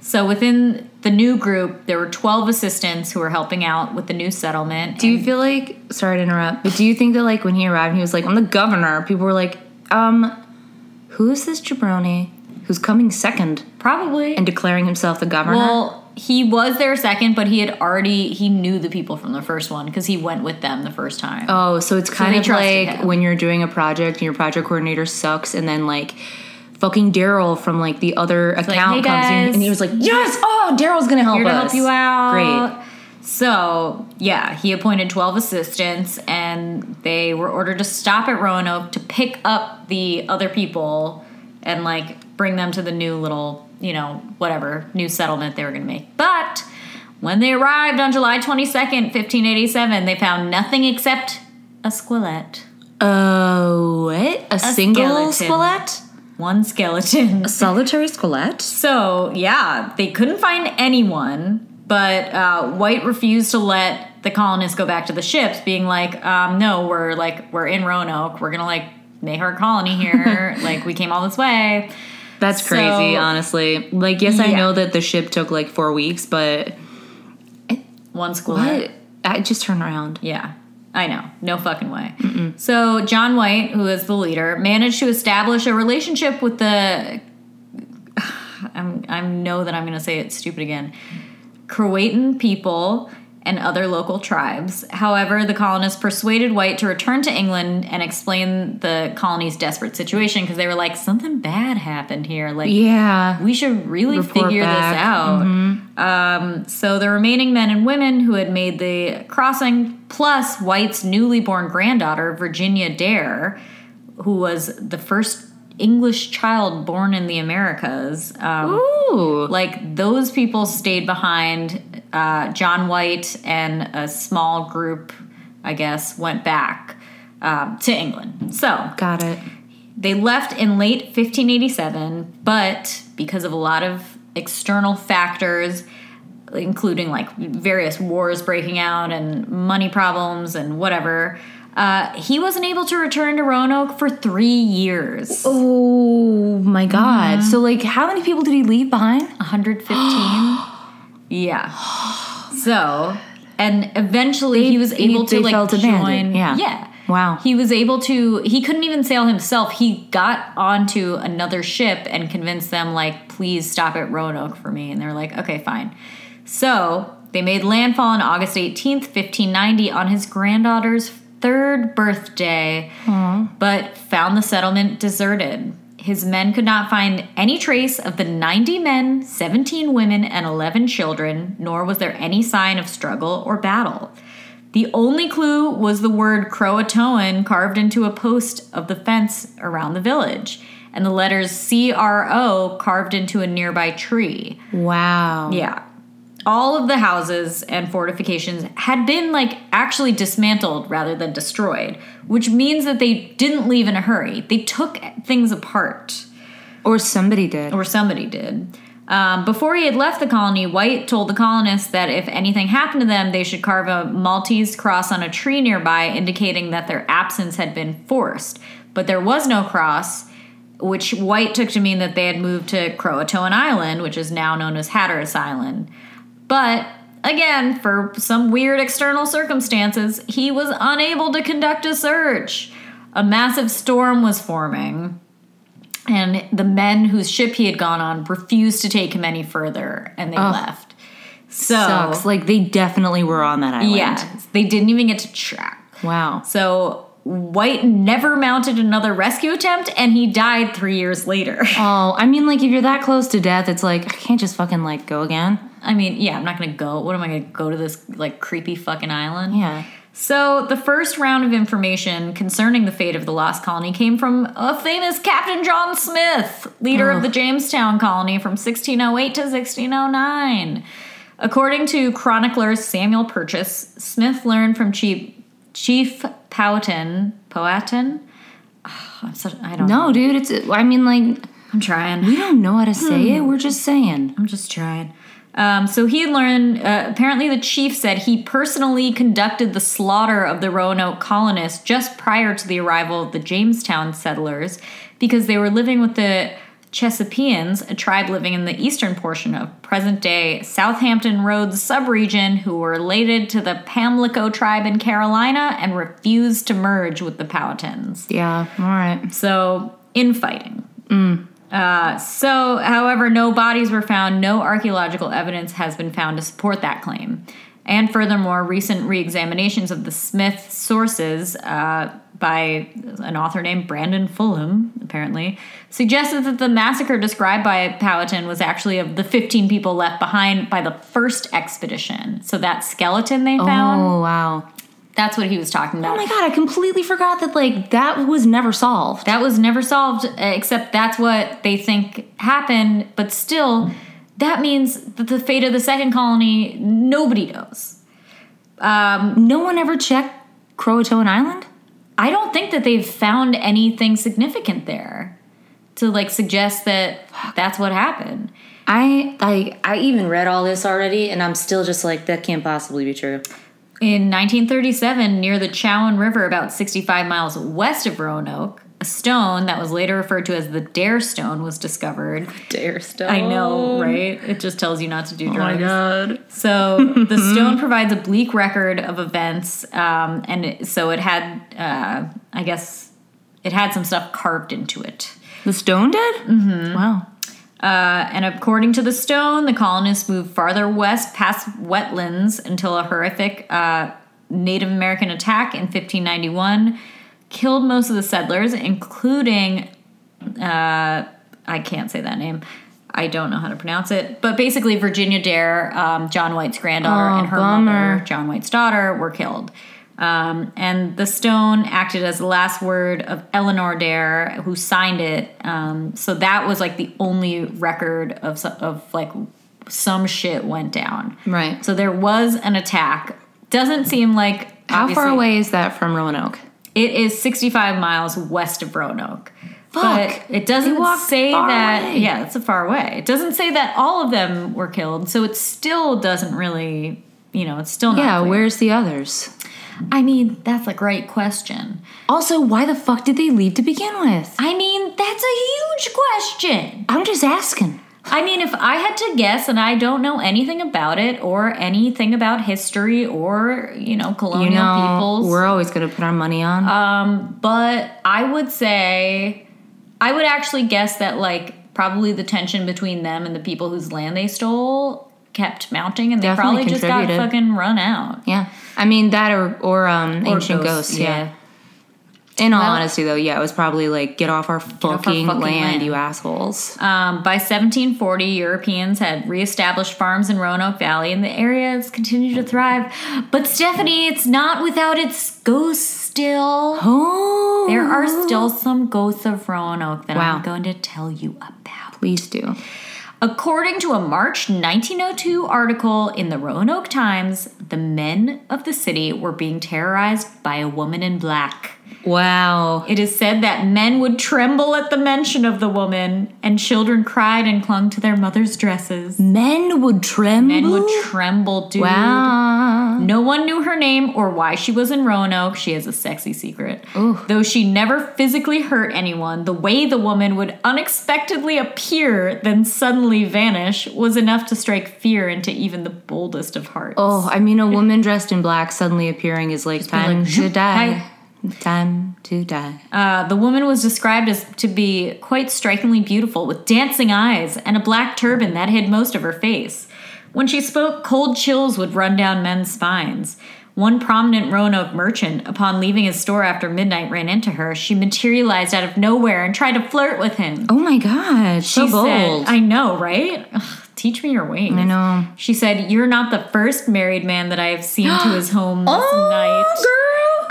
Speaker 2: So within the new group, there were 12 assistants who were helping out with the new settlement.
Speaker 1: Do you feel like sorry to interrupt, but do you think that like when he arrived and he was like, I'm the governor, people were like, um, who is this jabroni who's coming second
Speaker 2: probably.
Speaker 1: and declaring himself the governor?
Speaker 2: well, he was their second, but he had already he knew the people from the first one because he went with them the first time.
Speaker 1: oh, so it's kind
Speaker 2: they
Speaker 1: of
Speaker 2: trusted
Speaker 1: like
Speaker 2: him.
Speaker 1: when you're doing a project and your project coordinator sucks and then like fucking Daryl from like the other account comes in
Speaker 2: "Hey, guys.
Speaker 1: and he was like, Yes, oh Daryl's gonna help
Speaker 2: here to
Speaker 1: us.
Speaker 2: help you out.
Speaker 1: Great.
Speaker 2: So, yeah, he appointed 12 assistants and they were ordered to stop at Roanoke to pick up the other people and like bring them to the new little, you know, whatever new settlement they were going to make. But when they arrived on July 22nd, 1587, they found nothing except a squelette.
Speaker 1: Oh what? A, single
Speaker 2: skeleton.
Speaker 1: squelette?
Speaker 2: One skeleton.
Speaker 1: A solitary squelette?
Speaker 2: So, yeah, they couldn't find anyone, but uh, White refused to let the colonists go back to the ships, being like, um, no, we're like, we're in Roanoke. We're going to like make our colony here. like, we came all this way.
Speaker 1: That's crazy,
Speaker 2: So-
Speaker 1: honestly. Like, yes, I
Speaker 2: Yeah.
Speaker 1: know that the ship took like four weeks, but
Speaker 2: One school.
Speaker 1: what? I just turned around.
Speaker 2: Yeah. I know. No fucking way. So, John White, who is the leader, managed to establish a relationship with the. I'm, I know that I'm going to say it stupid again. Croatan people and other local tribes. However, the colonists persuaded White to return to England and explain the colony's desperate situation because they were like, something bad happened here. Like,
Speaker 1: Yeah.
Speaker 2: we should really
Speaker 1: Report
Speaker 2: figure
Speaker 1: back. Mm-hmm.
Speaker 2: this out. Um, so the remaining men and women who had made the crossing, plus White's newly born granddaughter, Virginia Dare, who was the first English child born in the Americas, um,
Speaker 1: Ooh.
Speaker 2: like those people stayed behind. Uh, John White and a small group, I guess, went back um, to England. So
Speaker 1: Got it.
Speaker 2: they left in late 1587, but because of a lot of external factors, including like various wars breaking out and money problems and whatever, uh, he wasn't able to return to Roanoke for three years.
Speaker 1: Oh my god. So, like, how many people did he leave behind?
Speaker 2: 115. yeah. So, and eventually he was
Speaker 1: he-
Speaker 2: able to
Speaker 1: they
Speaker 2: like
Speaker 1: felt
Speaker 2: join.
Speaker 1: abandoned. Yeah. Wow.
Speaker 2: He was able to. He couldn't even sail himself. He got onto another ship and convinced them like, please stop at Roanoke for me. And they were like, okay, fine. So they made landfall on August 18th, 1590, on his granddaughter's third birthday but found the settlement deserted. His men could not find any trace of the 90 men, 17 women, and 11 children, nor was there any sign of struggle or battle. The only clue was the word Croatoan carved into a post of the fence around the village. and the letters C R O carved into a nearby tree.
Speaker 1: Wow.
Speaker 2: Yeah. All of the houses and fortifications had been like actually dismantled rather than destroyed, which means that they didn't leave in a hurry. They took things apart,
Speaker 1: Or somebody did.
Speaker 2: or somebody did. Um, before he had left the colony, White told the colonists that if anything happened to them, they should carve a Maltese cross on a tree nearby, indicating that their absence had been forced. But there was no cross, which White took to mean that they had moved to Croatoan Island, which is now known as Hatteras Island. But again, for some weird external circumstances, he was unable to conduct a search. A massive storm was forming, and the men whose ship he had gone on refused to take him any further, and they left. So,
Speaker 1: Sucks. Like they definitely were on that island.
Speaker 2: yeah, they didn't even get to track.
Speaker 1: Wow.
Speaker 2: So, White never mounted another rescue attempt, and he died three years later.
Speaker 1: Oh, I mean, like if you're that close to death, it's like I can't just fucking like go again.
Speaker 2: I mean, yeah, I'm not gonna go. What am I gonna go to this like creepy fucking island?
Speaker 1: Yeah.
Speaker 2: So, the first round of information concerning the fate of the lost colony came from a famous Captain John Smith, leader
Speaker 1: Oh.
Speaker 2: of the Jamestown colony from 1608 to 1609. According to chronicler Samuel Purchas, Smith learned from Chief, Chief Powhatan, Powhatan? Ah, I'm such, I don't know.
Speaker 1: No, dude. It's. I mean, like
Speaker 2: I'm trying.
Speaker 1: we don't know how to say it. We're just saying.
Speaker 2: I'm just trying. Um, so he learned. Uh, apparently, the chief said he personally conducted the slaughter of the Roanoke colonists just prior to the arrival of the Jamestown settlers, because they were living with the Chesapeans, a tribe living in the eastern portion of present-day Southampton Roads subregion, who were related to the Pamlico tribe in Carolina and refused to merge with the Powhatans.
Speaker 1: Yeah. All right.
Speaker 2: So infighting. Uh, so, however, no bodies were found. No archaeological evidence has been found to support that claim. And furthermore, recent re-examinations of the Smith sources uh, by an author named Brandon Fulham, apparently, suggested that the massacre described by Powhatan was actually of the 15 people left behind by the first expedition. So that skeleton they found,
Speaker 1: Oh wow.
Speaker 2: that's what he was talking about.
Speaker 1: Oh my god. I completely forgot that. Like that was never solved.
Speaker 2: That was never solved, uh, except that's what they think happened. But still, that means that the fate of the second colony, nobody knows. Um,
Speaker 1: No one ever checked Croatoan Island.
Speaker 2: I don't think that they've found anything significant there to like suggest that that's what happened.
Speaker 1: I like I even read all this already, and I'm still just like that can't possibly be true.
Speaker 2: In 1937, near the Chowan River, about 65 miles west of Roanoke, a stone that was later referred to as the Dare Stone was discovered.
Speaker 1: Dare stone.
Speaker 2: I
Speaker 1: Oh.
Speaker 2: know, right? It just tells you not to do drugs.
Speaker 1: god.
Speaker 2: So the stone provides a bleak record of events, um, and it, so it had, uh, I guess, it had some stuff carved into it.
Speaker 1: The stone did. Mm-hmm. Wow.
Speaker 2: Uh, and according to the stone, the colonists moved farther west past wetlands until a horrific uh, Native American attack in 1591 killed most of the settlers, including, uh, I can't say that name. I don't know how to pronounce it, but basically Virginia Dare, um, John White's granddaughter,
Speaker 1: Oh,
Speaker 2: and her
Speaker 1: bummer.
Speaker 2: mother, John White's daughter, were killed. Um, and the stone acted as the last word of Eleanor Dare, who signed it. Um, so that was like the only record of so- of like some shit went down.
Speaker 1: Right.
Speaker 2: So there was an attack. Doesn't seem like
Speaker 1: How far
Speaker 2: obviously-
Speaker 1: away is that from Roanoke?
Speaker 2: It is 65 miles west of Roanoke.
Speaker 1: Fuck.
Speaker 2: But it doesn't
Speaker 1: They walked
Speaker 2: say
Speaker 1: far
Speaker 2: that.
Speaker 1: away.
Speaker 2: Yeah, it's a far way. It doesn't say that all of them were killed. So it still doesn't really. You know, it's still not.
Speaker 1: Yeah.
Speaker 2: clear.
Speaker 1: Where's the others?
Speaker 2: I mean, that's a great question.
Speaker 1: Also, why the fuck did they leave to begin with?
Speaker 2: I mean, that's a huge question.
Speaker 1: I'm just asking.
Speaker 2: I mean, if I had to guess and I don't know anything about it or anything about history or, you know, colonial
Speaker 1: You know,
Speaker 2: peoples,
Speaker 1: we're always gonna put our money on.
Speaker 2: um, but I would say I would actually guess that like probably the tension between them and the people whose land they stole kept mounting and they
Speaker 1: Definitely
Speaker 2: probably just got
Speaker 1: contributed.
Speaker 2: fucking run out.
Speaker 1: yeah, I mean that or or um,
Speaker 2: Or
Speaker 1: ancient ghosts. yeah. In all honesty, though, yeah, it was probably like, get off our fucking,
Speaker 2: our fucking
Speaker 1: land,
Speaker 2: land.
Speaker 1: you assholes.
Speaker 2: Um, by 1740, Europeans had reestablished farms in Roanoke Valley, and the area has continued to thrive. But Stephanie, it's not without its ghosts still.
Speaker 1: Oh,
Speaker 2: There are still some ghosts of Roanoke that
Speaker 1: Wow.
Speaker 2: I'm going to tell you about.
Speaker 1: Please do.
Speaker 2: According to a March 1902 article in the Roanoke Times, the men of the city were being terrorized by a woman in black.
Speaker 1: Wow.
Speaker 2: It is said that men would tremble at the mention of the woman, and children cried and clung to their mother's dresses.
Speaker 1: Men would tremble.
Speaker 2: Men would tremble, dude.
Speaker 1: Wow.
Speaker 2: No one knew her name or why she was in Roanoke. She has a sexy secret.
Speaker 1: Ooh.
Speaker 2: Though she never physically hurt anyone, the way the woman would unexpectedly appear, then suddenly vanish, was enough to strike fear into even the boldest of hearts.
Speaker 1: Oh, I mean, a woman dressed in black suddenly appearing is like
Speaker 2: be like,
Speaker 1: time to
Speaker 2: "Zoop,
Speaker 1: die. Time to die.
Speaker 2: Uh, the woman was described as to be quite strikingly beautiful, with dancing eyes and a black turban that hid most of her face. When she spoke, cold chills would run down men's spines. One prominent Roanoke merchant, upon leaving his store after midnight, ran into her. She materialized out of nowhere and tried to flirt with him.
Speaker 1: Oh my god, so
Speaker 2: She said-
Speaker 1: bold.
Speaker 2: I know, right? Ugh, teach me your ways.
Speaker 1: I know.
Speaker 2: She said, You're not the first married man that I have seen to his home this
Speaker 1: Oh,
Speaker 2: night.
Speaker 1: girl.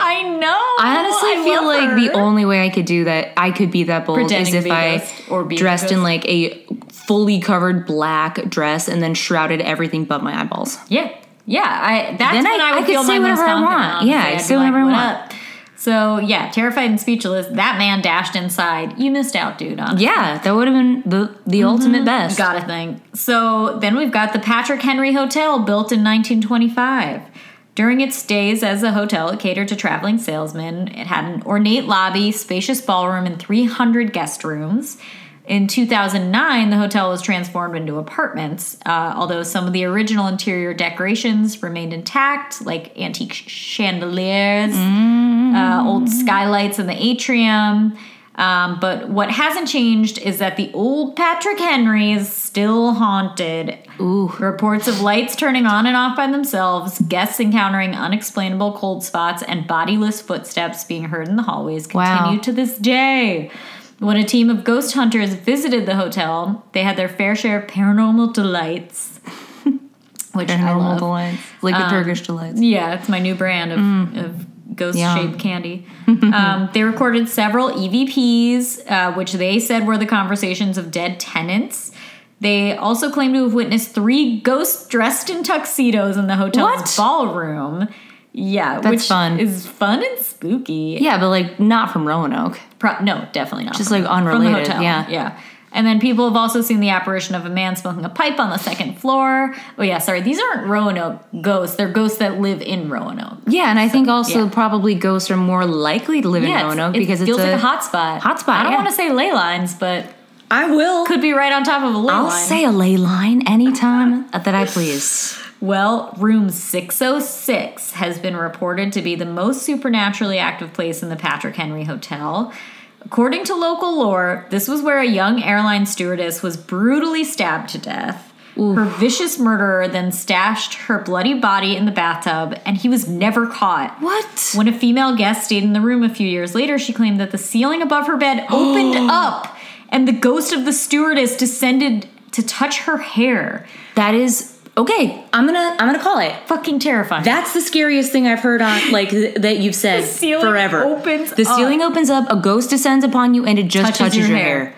Speaker 2: I know.
Speaker 1: I honestly
Speaker 2: I
Speaker 1: feel
Speaker 2: love
Speaker 1: like the
Speaker 2: her.
Speaker 1: only way I could do that, I could be that bold,
Speaker 2: Pretending to
Speaker 1: is
Speaker 2: be
Speaker 1: if
Speaker 2: a
Speaker 1: I
Speaker 2: ghost or be a
Speaker 1: dressed in
Speaker 2: ghost.
Speaker 1: like a fully covered black dress and then shrouded everything but my eyeballs.
Speaker 2: Yeah, yeah. I that's
Speaker 1: Then
Speaker 2: when
Speaker 1: I-
Speaker 2: I,
Speaker 1: I
Speaker 2: would
Speaker 1: could
Speaker 2: feel
Speaker 1: say
Speaker 2: my most
Speaker 1: whatever I
Speaker 2: confident,
Speaker 1: want.
Speaker 2: honestly.
Speaker 1: Yeah, I
Speaker 2: I'd
Speaker 1: could
Speaker 2: be
Speaker 1: say whatever I
Speaker 2: "What
Speaker 1: want."
Speaker 2: up?" So yeah, terrified and speechless, that man dashed inside. You missed out, dude. On
Speaker 1: Yeah, that would have been the the
Speaker 2: Mm-hmm.
Speaker 1: ultimate best.
Speaker 2: got to think. So then we've got the Patrick Henry Hotel, built in 1925. During its stays as a hotel, it catered to traveling salesmen. It had an ornate lobby, spacious ballroom, and 300 guest rooms. In 2009, the hotel was transformed into apartments, uh, although some of the original interior decorations remained intact, like antique sh- chandeliers, uh, old skylights in the atrium. Um, but what hasn't changed is that the old Patrick Henry is still haunted. Ooh. Reports of lights turning on and off by themselves, guests encountering unexplainable cold spots, and bodiless footsteps being heard in the hallways
Speaker 1: Wow.
Speaker 2: continue to this day. When a team of ghost hunters visited the hotel, they had their fair share of paranormal delights, which I
Speaker 1: Normal
Speaker 2: love. um,
Speaker 1: delights, like the Turkish delights.
Speaker 2: Yeah, it's my new brand of, of ghost
Speaker 1: Mm. Yum.
Speaker 2: shaped candy. um, they recorded several EVPs, uh, which they said were the conversations of dead tenants. They also claim to have witnessed three ghosts dressed in tuxedos in the hotel's
Speaker 1: What?
Speaker 2: ballroom. Yeah, which
Speaker 1: fun.
Speaker 2: is fun and spooky.
Speaker 1: Yeah, but like not from Roanoke.
Speaker 2: Pro- no, definitely not.
Speaker 1: Just like
Speaker 2: from the
Speaker 1: unrelated.
Speaker 2: hotel.
Speaker 1: Yeah.
Speaker 2: yeah. And then people have also seen the apparition of a man smoking a pipe on the second floor. Oh yeah, sorry, these aren't Roanoke ghosts. They're ghosts that live in Roanoke.
Speaker 1: Yeah, and I think also
Speaker 2: yeah.
Speaker 1: probably ghosts are more likely to live in
Speaker 2: Yeah, it's-
Speaker 1: Roanoke
Speaker 2: it
Speaker 1: because it's
Speaker 2: feels
Speaker 1: a,
Speaker 2: like a hot spot.
Speaker 1: hot spot,
Speaker 2: I don't
Speaker 1: yeah.
Speaker 2: want to say ley lines, but
Speaker 1: I will.
Speaker 2: could be right on top of a ley
Speaker 1: I'll
Speaker 2: line.
Speaker 1: say a ley line anytime that I please.
Speaker 2: well, room 606 has been reported to be the most supernaturally active place in the Patrick Henry Hotel. According to local lore, this was where a young airline stewardess was brutally stabbed to death. Her vicious murderer then stashed her bloody body in the bathtub, and he was never caught.
Speaker 1: What?
Speaker 2: When a female guest stayed in the room a few years later, she claimed that the ceiling above her bed opened up and the ghost of the stewardess descended to touch her hair.
Speaker 1: That is okay. I'm gonna I'm gonna call it.
Speaker 2: Fucking terrifying.
Speaker 1: That's the scariest thing I've heard on like th- that you've said
Speaker 2: ceiling
Speaker 1: forever.
Speaker 2: opens
Speaker 1: the ceiling opens up, a ghost descends upon you, and it just touches,
Speaker 2: Touches
Speaker 1: your,
Speaker 2: your
Speaker 1: hair.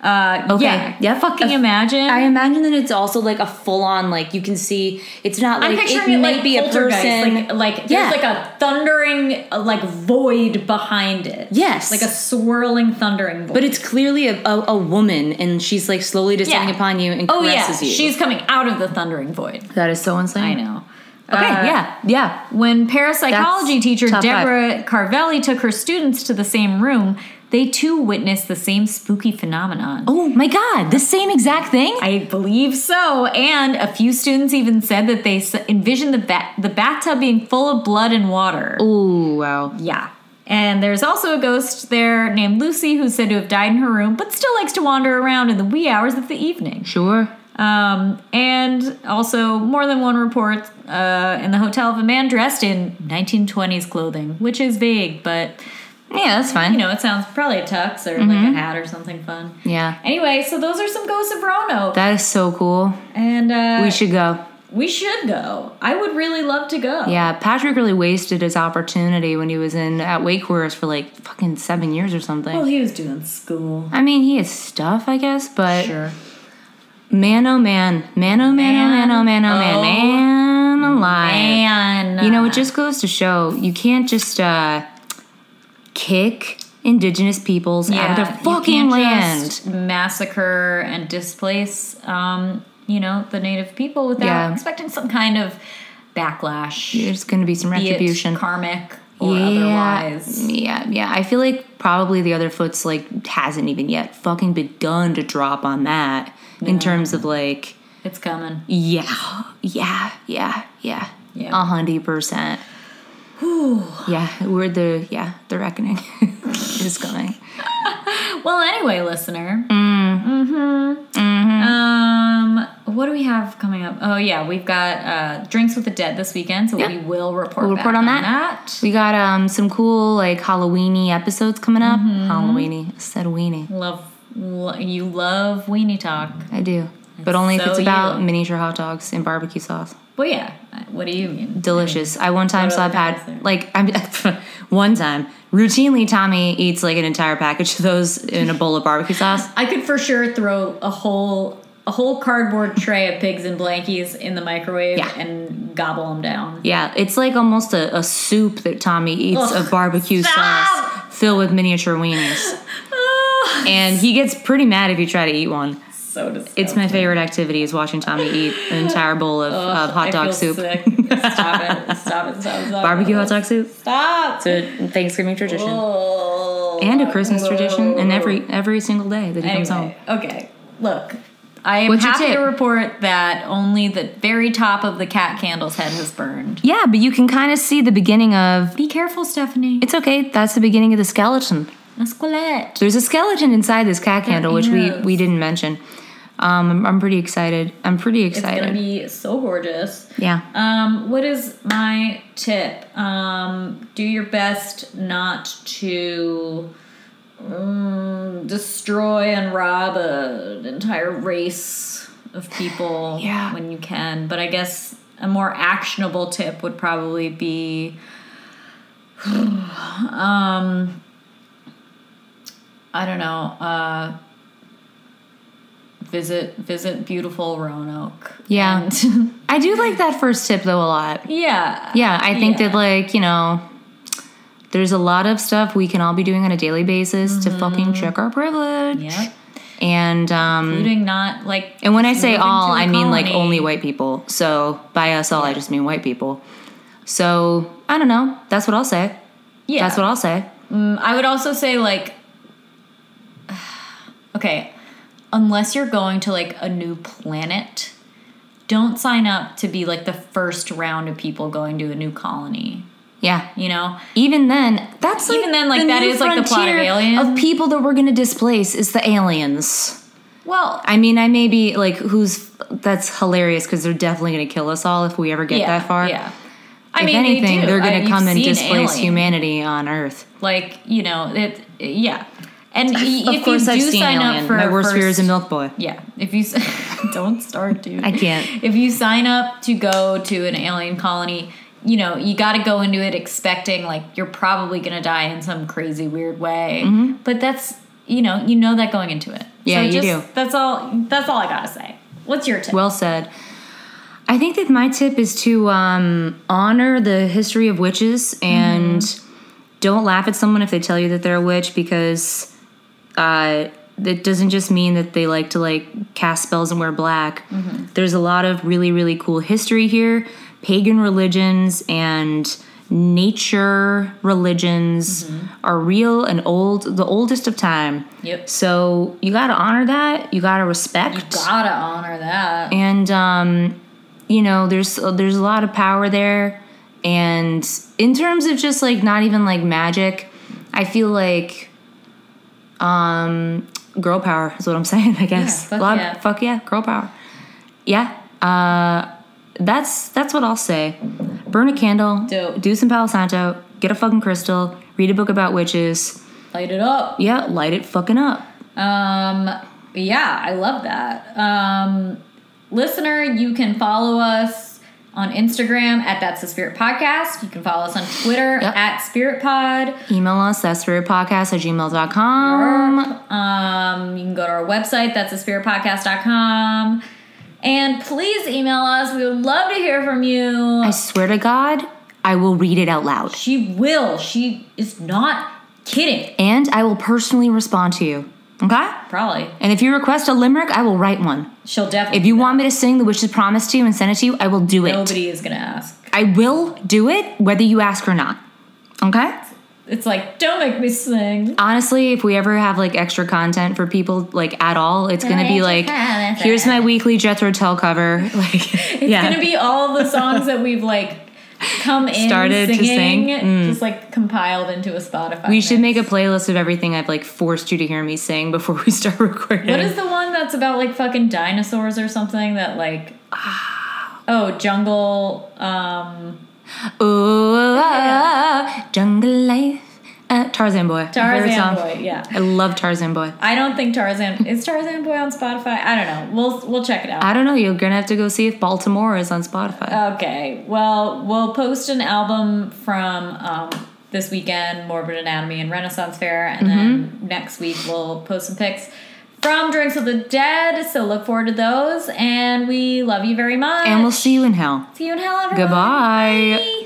Speaker 2: uh,
Speaker 1: okay.
Speaker 2: Yeah.
Speaker 1: Yep.
Speaker 2: Fucking
Speaker 1: Uh,
Speaker 2: imagine.
Speaker 1: I imagine that it's also like a full on like you can see. It's not like
Speaker 2: I'm picturing it,
Speaker 1: might
Speaker 2: like
Speaker 1: be a
Speaker 2: poltergeist,
Speaker 1: person.
Speaker 2: like like
Speaker 1: Yeah.
Speaker 2: there's like a thundering uh, like void behind it.
Speaker 1: Yes.
Speaker 2: like a swirling thundering void.
Speaker 1: but it's clearly a, a, a woman, and she's like slowly descending
Speaker 2: Yeah.
Speaker 1: upon you and
Speaker 2: oh yeah,
Speaker 1: caresses you.
Speaker 2: she's coming out of the thundering void.
Speaker 1: that is so insane.
Speaker 2: I know.
Speaker 1: Okay,
Speaker 2: Uh,
Speaker 1: yeah, yeah.
Speaker 2: When parapsychology
Speaker 1: That's
Speaker 2: teacher
Speaker 1: top five.
Speaker 2: Deborah Carvelli took her students to the same room, they too witnessed the same spooky phenomenon.
Speaker 1: Oh my god, the same exact thing?
Speaker 2: I believe so. And a few students even said that they s- envisioned the, ba- the bathtub being full of blood and water.
Speaker 1: Oh. Ooh, wow.
Speaker 2: Yeah. And there's also a ghost there named Lucy who's said to have died in her room, but still likes to wander around in the wee hours of the evening.
Speaker 1: Sure.
Speaker 2: Um, and also, more than one report uh, in the hotel of a man dressed in 1920s clothing, which is vague, but
Speaker 1: Yeah, that's fine.
Speaker 2: You know, it sounds probably a tux or
Speaker 1: Mm-hmm.
Speaker 2: like a hat or something fun.
Speaker 1: yeah.
Speaker 2: Anyway, so those are some ghosts of Roanoke,
Speaker 1: That is so cool.
Speaker 2: and uh,
Speaker 1: We should go.
Speaker 2: we should go. I would really love to go.
Speaker 1: Yeah, Patrick really wasted his opportunity when he was in at Wake Forest for like fucking seven years or something.
Speaker 2: Well, Oh, he was doing school.
Speaker 1: I mean, he is stuff, I guess, but
Speaker 2: Sure.
Speaker 1: man, oh man, man, oh man, oh man, oh man, oh
Speaker 2: Oh.
Speaker 1: man, man alive.
Speaker 2: And
Speaker 1: You know, it just goes to show you can't just uh, kick indigenous peoples out of their
Speaker 2: you
Speaker 1: fucking
Speaker 2: can't
Speaker 1: land.
Speaker 2: just massacre and displace, um, you know, the native people without
Speaker 1: Yeah.
Speaker 2: expecting some kind of backlash,
Speaker 1: There's going to be some
Speaker 2: be it
Speaker 1: retribution.
Speaker 2: karmic or otherwise.
Speaker 1: Yeah, yeah. I feel like probably the other foot's like hasn't even yet fucking begun to drop on that in terms of like
Speaker 2: It's coming.
Speaker 1: yeah, yeah, yeah, yeah,
Speaker 2: Yeah.
Speaker 1: a hundred percent. Yeah, we're the yeah the reckoning is coming.
Speaker 2: Well, anyway, listener. Mm. hmm
Speaker 1: Mm-hmm.
Speaker 2: Um, what do we have coming up? Oh yeah, we've got uh, drinks with the dead this weekend, so we will report.
Speaker 1: We'll
Speaker 2: back
Speaker 1: report on that.
Speaker 2: that.
Speaker 1: We got um some cool like Halloweeny episodes coming up.
Speaker 2: Mm-hmm.
Speaker 1: Halloweeny, I said weenie.
Speaker 2: Love lo- you. Love weenie talk.
Speaker 1: I do, but only if
Speaker 2: So
Speaker 1: it's about
Speaker 2: you.
Speaker 1: miniature hot dogs and barbecue sauce.
Speaker 2: Well, yeah. What do you mean?
Speaker 1: delicious. I one time
Speaker 2: What
Speaker 1: saw a
Speaker 2: other
Speaker 1: pad
Speaker 2: things there?
Speaker 1: like I'm one time routinely Tommy eats like an entire package of those in a bowl of barbecue sauce.
Speaker 2: I could for sure throw a whole a whole cardboard tray of pigs and blankies in the microwave
Speaker 1: Yeah.
Speaker 2: and gobble them down.
Speaker 1: Yeah, it's like almost a, a soup that Tommy eats
Speaker 2: Ugh,
Speaker 1: of barbecue
Speaker 2: stop!
Speaker 1: sauce filled with miniature weenies,
Speaker 2: Oh,
Speaker 1: and he gets pretty mad if you try to eat one.
Speaker 2: so disgusting.
Speaker 1: It's my favorite activity is watching Tommy eat an entire bowl of,
Speaker 2: Ugh,
Speaker 1: of hot
Speaker 2: I
Speaker 1: dog
Speaker 2: feel
Speaker 1: soup,
Speaker 2: sick. Stop it! Stop it! Stop it! Stop it.
Speaker 1: barbecue hot dog soup. It's
Speaker 2: Stop.
Speaker 1: a Thanksgiving tradition
Speaker 2: Oh.
Speaker 1: and a Christmas tradition, and every every single day that he comes home.
Speaker 2: Anyway, okay. Look, I am
Speaker 1: What's your
Speaker 2: happy
Speaker 1: tip?
Speaker 2: to report that only the very top of the cat candle's head has burned.
Speaker 1: Yeah, but you can kind of see the beginning of
Speaker 2: Be careful, Stephanie.
Speaker 1: It's okay. That's the beginning of the skeleton.
Speaker 2: Musculette.
Speaker 1: There's a skeleton inside this cat candle, which we, we didn't mention. Um, I'm, I'm pretty excited. I'm pretty
Speaker 2: It's gonna
Speaker 1: excited.
Speaker 2: be so gorgeous.
Speaker 1: yeah.
Speaker 2: Um, what is my tip? Um, do your best not to mm, destroy and rob a, an entire race of people
Speaker 1: Yeah.
Speaker 2: when you can. But I guess a more actionable tip would probably be. Um, I don't know. Uh, visit visit beautiful Roanoke.
Speaker 1: Yeah.
Speaker 2: and-
Speaker 1: I do like that first tip, though, a lot.
Speaker 2: Yeah.
Speaker 1: Yeah, I think
Speaker 2: Yeah.
Speaker 1: that, like, you know, there's a lot of stuff we can all be doing on a daily basis to fucking check our privilege.
Speaker 2: Mm-hmm. Yep.
Speaker 1: And, um,
Speaker 2: Including not like.
Speaker 1: and when I say
Speaker 2: moving
Speaker 1: all,
Speaker 2: to the
Speaker 1: I mean, like,
Speaker 2: colony.
Speaker 1: only white people. So by us all, I just mean white people. So I don't know. That's what I'll say.
Speaker 2: Yeah.
Speaker 1: That's what I'll say.
Speaker 2: Mm, I would also say like. Okay, unless you're going to like a new planet, don't sign up to be like the first round of people going to a new colony.
Speaker 1: Yeah.
Speaker 2: You know,
Speaker 1: Even then, that's like
Speaker 2: Even then, like, that
Speaker 1: new
Speaker 2: is, like, the plot of
Speaker 1: frontier
Speaker 2: Alien.
Speaker 1: of people that we're gonna displace is the aliens.
Speaker 2: well,
Speaker 1: I mean, I may be like, who's that's hilarious because they're definitely gonna kill us all if we ever get
Speaker 2: yeah,
Speaker 1: that far.
Speaker 2: Yeah, I
Speaker 1: If
Speaker 2: mean,
Speaker 1: anything,
Speaker 2: they do.
Speaker 1: are
Speaker 2: I-
Speaker 1: gonna
Speaker 2: you've
Speaker 1: come and
Speaker 2: seen
Speaker 1: displace
Speaker 2: Alien.
Speaker 1: humanity on Earth.
Speaker 2: Like you know, it. Yeah, and y-
Speaker 1: Of
Speaker 2: if
Speaker 1: course,
Speaker 2: you
Speaker 1: I've
Speaker 2: do
Speaker 1: seen
Speaker 2: sign
Speaker 1: Alien.
Speaker 2: up for
Speaker 1: My worst fear is
Speaker 2: first-
Speaker 1: a milk boy.
Speaker 2: Yeah, if you s- don't start, dude.
Speaker 1: I can't.
Speaker 2: If you sign up to go to an alien colony, you know you got to go into it expecting like you're probably gonna die in some crazy weird way. But that's you know you know that going into it.
Speaker 1: Mm-hmm. Yeah,
Speaker 2: so
Speaker 1: you
Speaker 2: just,
Speaker 1: do.
Speaker 2: That's all. That's all I gotta say. What's your tip?
Speaker 1: Well said. I think that my tip is to um, honor the history of witches and don't laugh at someone if they tell you that they're a witch because uh, that doesn't just mean that they like to like cast spells and wear black. There's a lot of really really cool history here, pagan religions and nature religions are real and old, the oldest of time.
Speaker 2: Yep.
Speaker 1: So you got to honor that. You got to respect
Speaker 2: Gotta honor that.
Speaker 1: and um, you know there's there's a lot of power there and in terms of just like not even like magic i feel like um girl power is what i'm saying i guess
Speaker 2: fuck
Speaker 1: a lot
Speaker 2: yeah.
Speaker 1: Of, fuck yeah girl power yeah uh that's that's what i'll say burn a candle
Speaker 2: Dope.
Speaker 1: do some palo santo get a fucking crystal read a book about witches.
Speaker 2: Light it up.
Speaker 1: Yeah, light it fucking up.
Speaker 2: Um, yeah, I love that. Um, listener, you can follow us on Instagram at That's the Spirit Podcast. You can follow us on Twitter
Speaker 1: Yep.
Speaker 2: at Spirit Pod.
Speaker 1: Email us, that's spirit podcast at gmail.com.
Speaker 2: Um, you can go to our website, that's thespiritpodcast.com. And please email us. We would love to hear from you.
Speaker 1: I swear to God, I will read it out loud.
Speaker 2: she will. She is not kidding.
Speaker 1: And I will personally respond to you. Okay?
Speaker 2: Probably.
Speaker 1: And if you request a limerick, I will write one.
Speaker 2: She'll definitely.
Speaker 1: If you want me to sing The Witch's Promise to you and send it to you, I will do it.
Speaker 2: Nobody is going to ask.
Speaker 1: I will do it whether you ask or not. Okay?
Speaker 2: It's like, don't make me sing.
Speaker 1: Honestly, if we ever have like extra content for people like at all, it's gonna be like, here's my weekly Jethro Tull cover. Like,
Speaker 2: It's
Speaker 1: yeah,
Speaker 2: gonna be all the songs that we've like come in
Speaker 1: Started to
Speaker 2: singing,
Speaker 1: sing. Mm.
Speaker 2: just like compiled into a Spotify.
Speaker 1: we should
Speaker 2: mix.
Speaker 1: make a playlist of everything I've like forced you to hear me sing before we start recording.
Speaker 2: What is the one that's about like fucking dinosaurs or something that like?
Speaker 1: Ah.
Speaker 2: Oh, jungle. Um,
Speaker 1: Ooh, Oh, ah, jungle life, uh, Tarzan boy. My favorite song.
Speaker 2: Tarzan Boy. Yeah,
Speaker 1: I love Tarzan boy.
Speaker 2: I don't think Tarzan is Tarzan Boy on Spotify. I don't know. We'll we'll check it out.
Speaker 1: I don't know. You're gonna have to go see if Baltimore is on Spotify.
Speaker 2: Okay. Well, we'll post an album from um, this weekend, Morbid Anatomy and Renaissance Fair, and
Speaker 1: Mm-hmm.
Speaker 2: then next week we'll post some pics from Drinks with the Dead. So look forward to those, and we love you very much.
Speaker 1: and we'll see you in hell.
Speaker 2: see you in hell, everyone.
Speaker 1: Goodbye.
Speaker 2: Bye.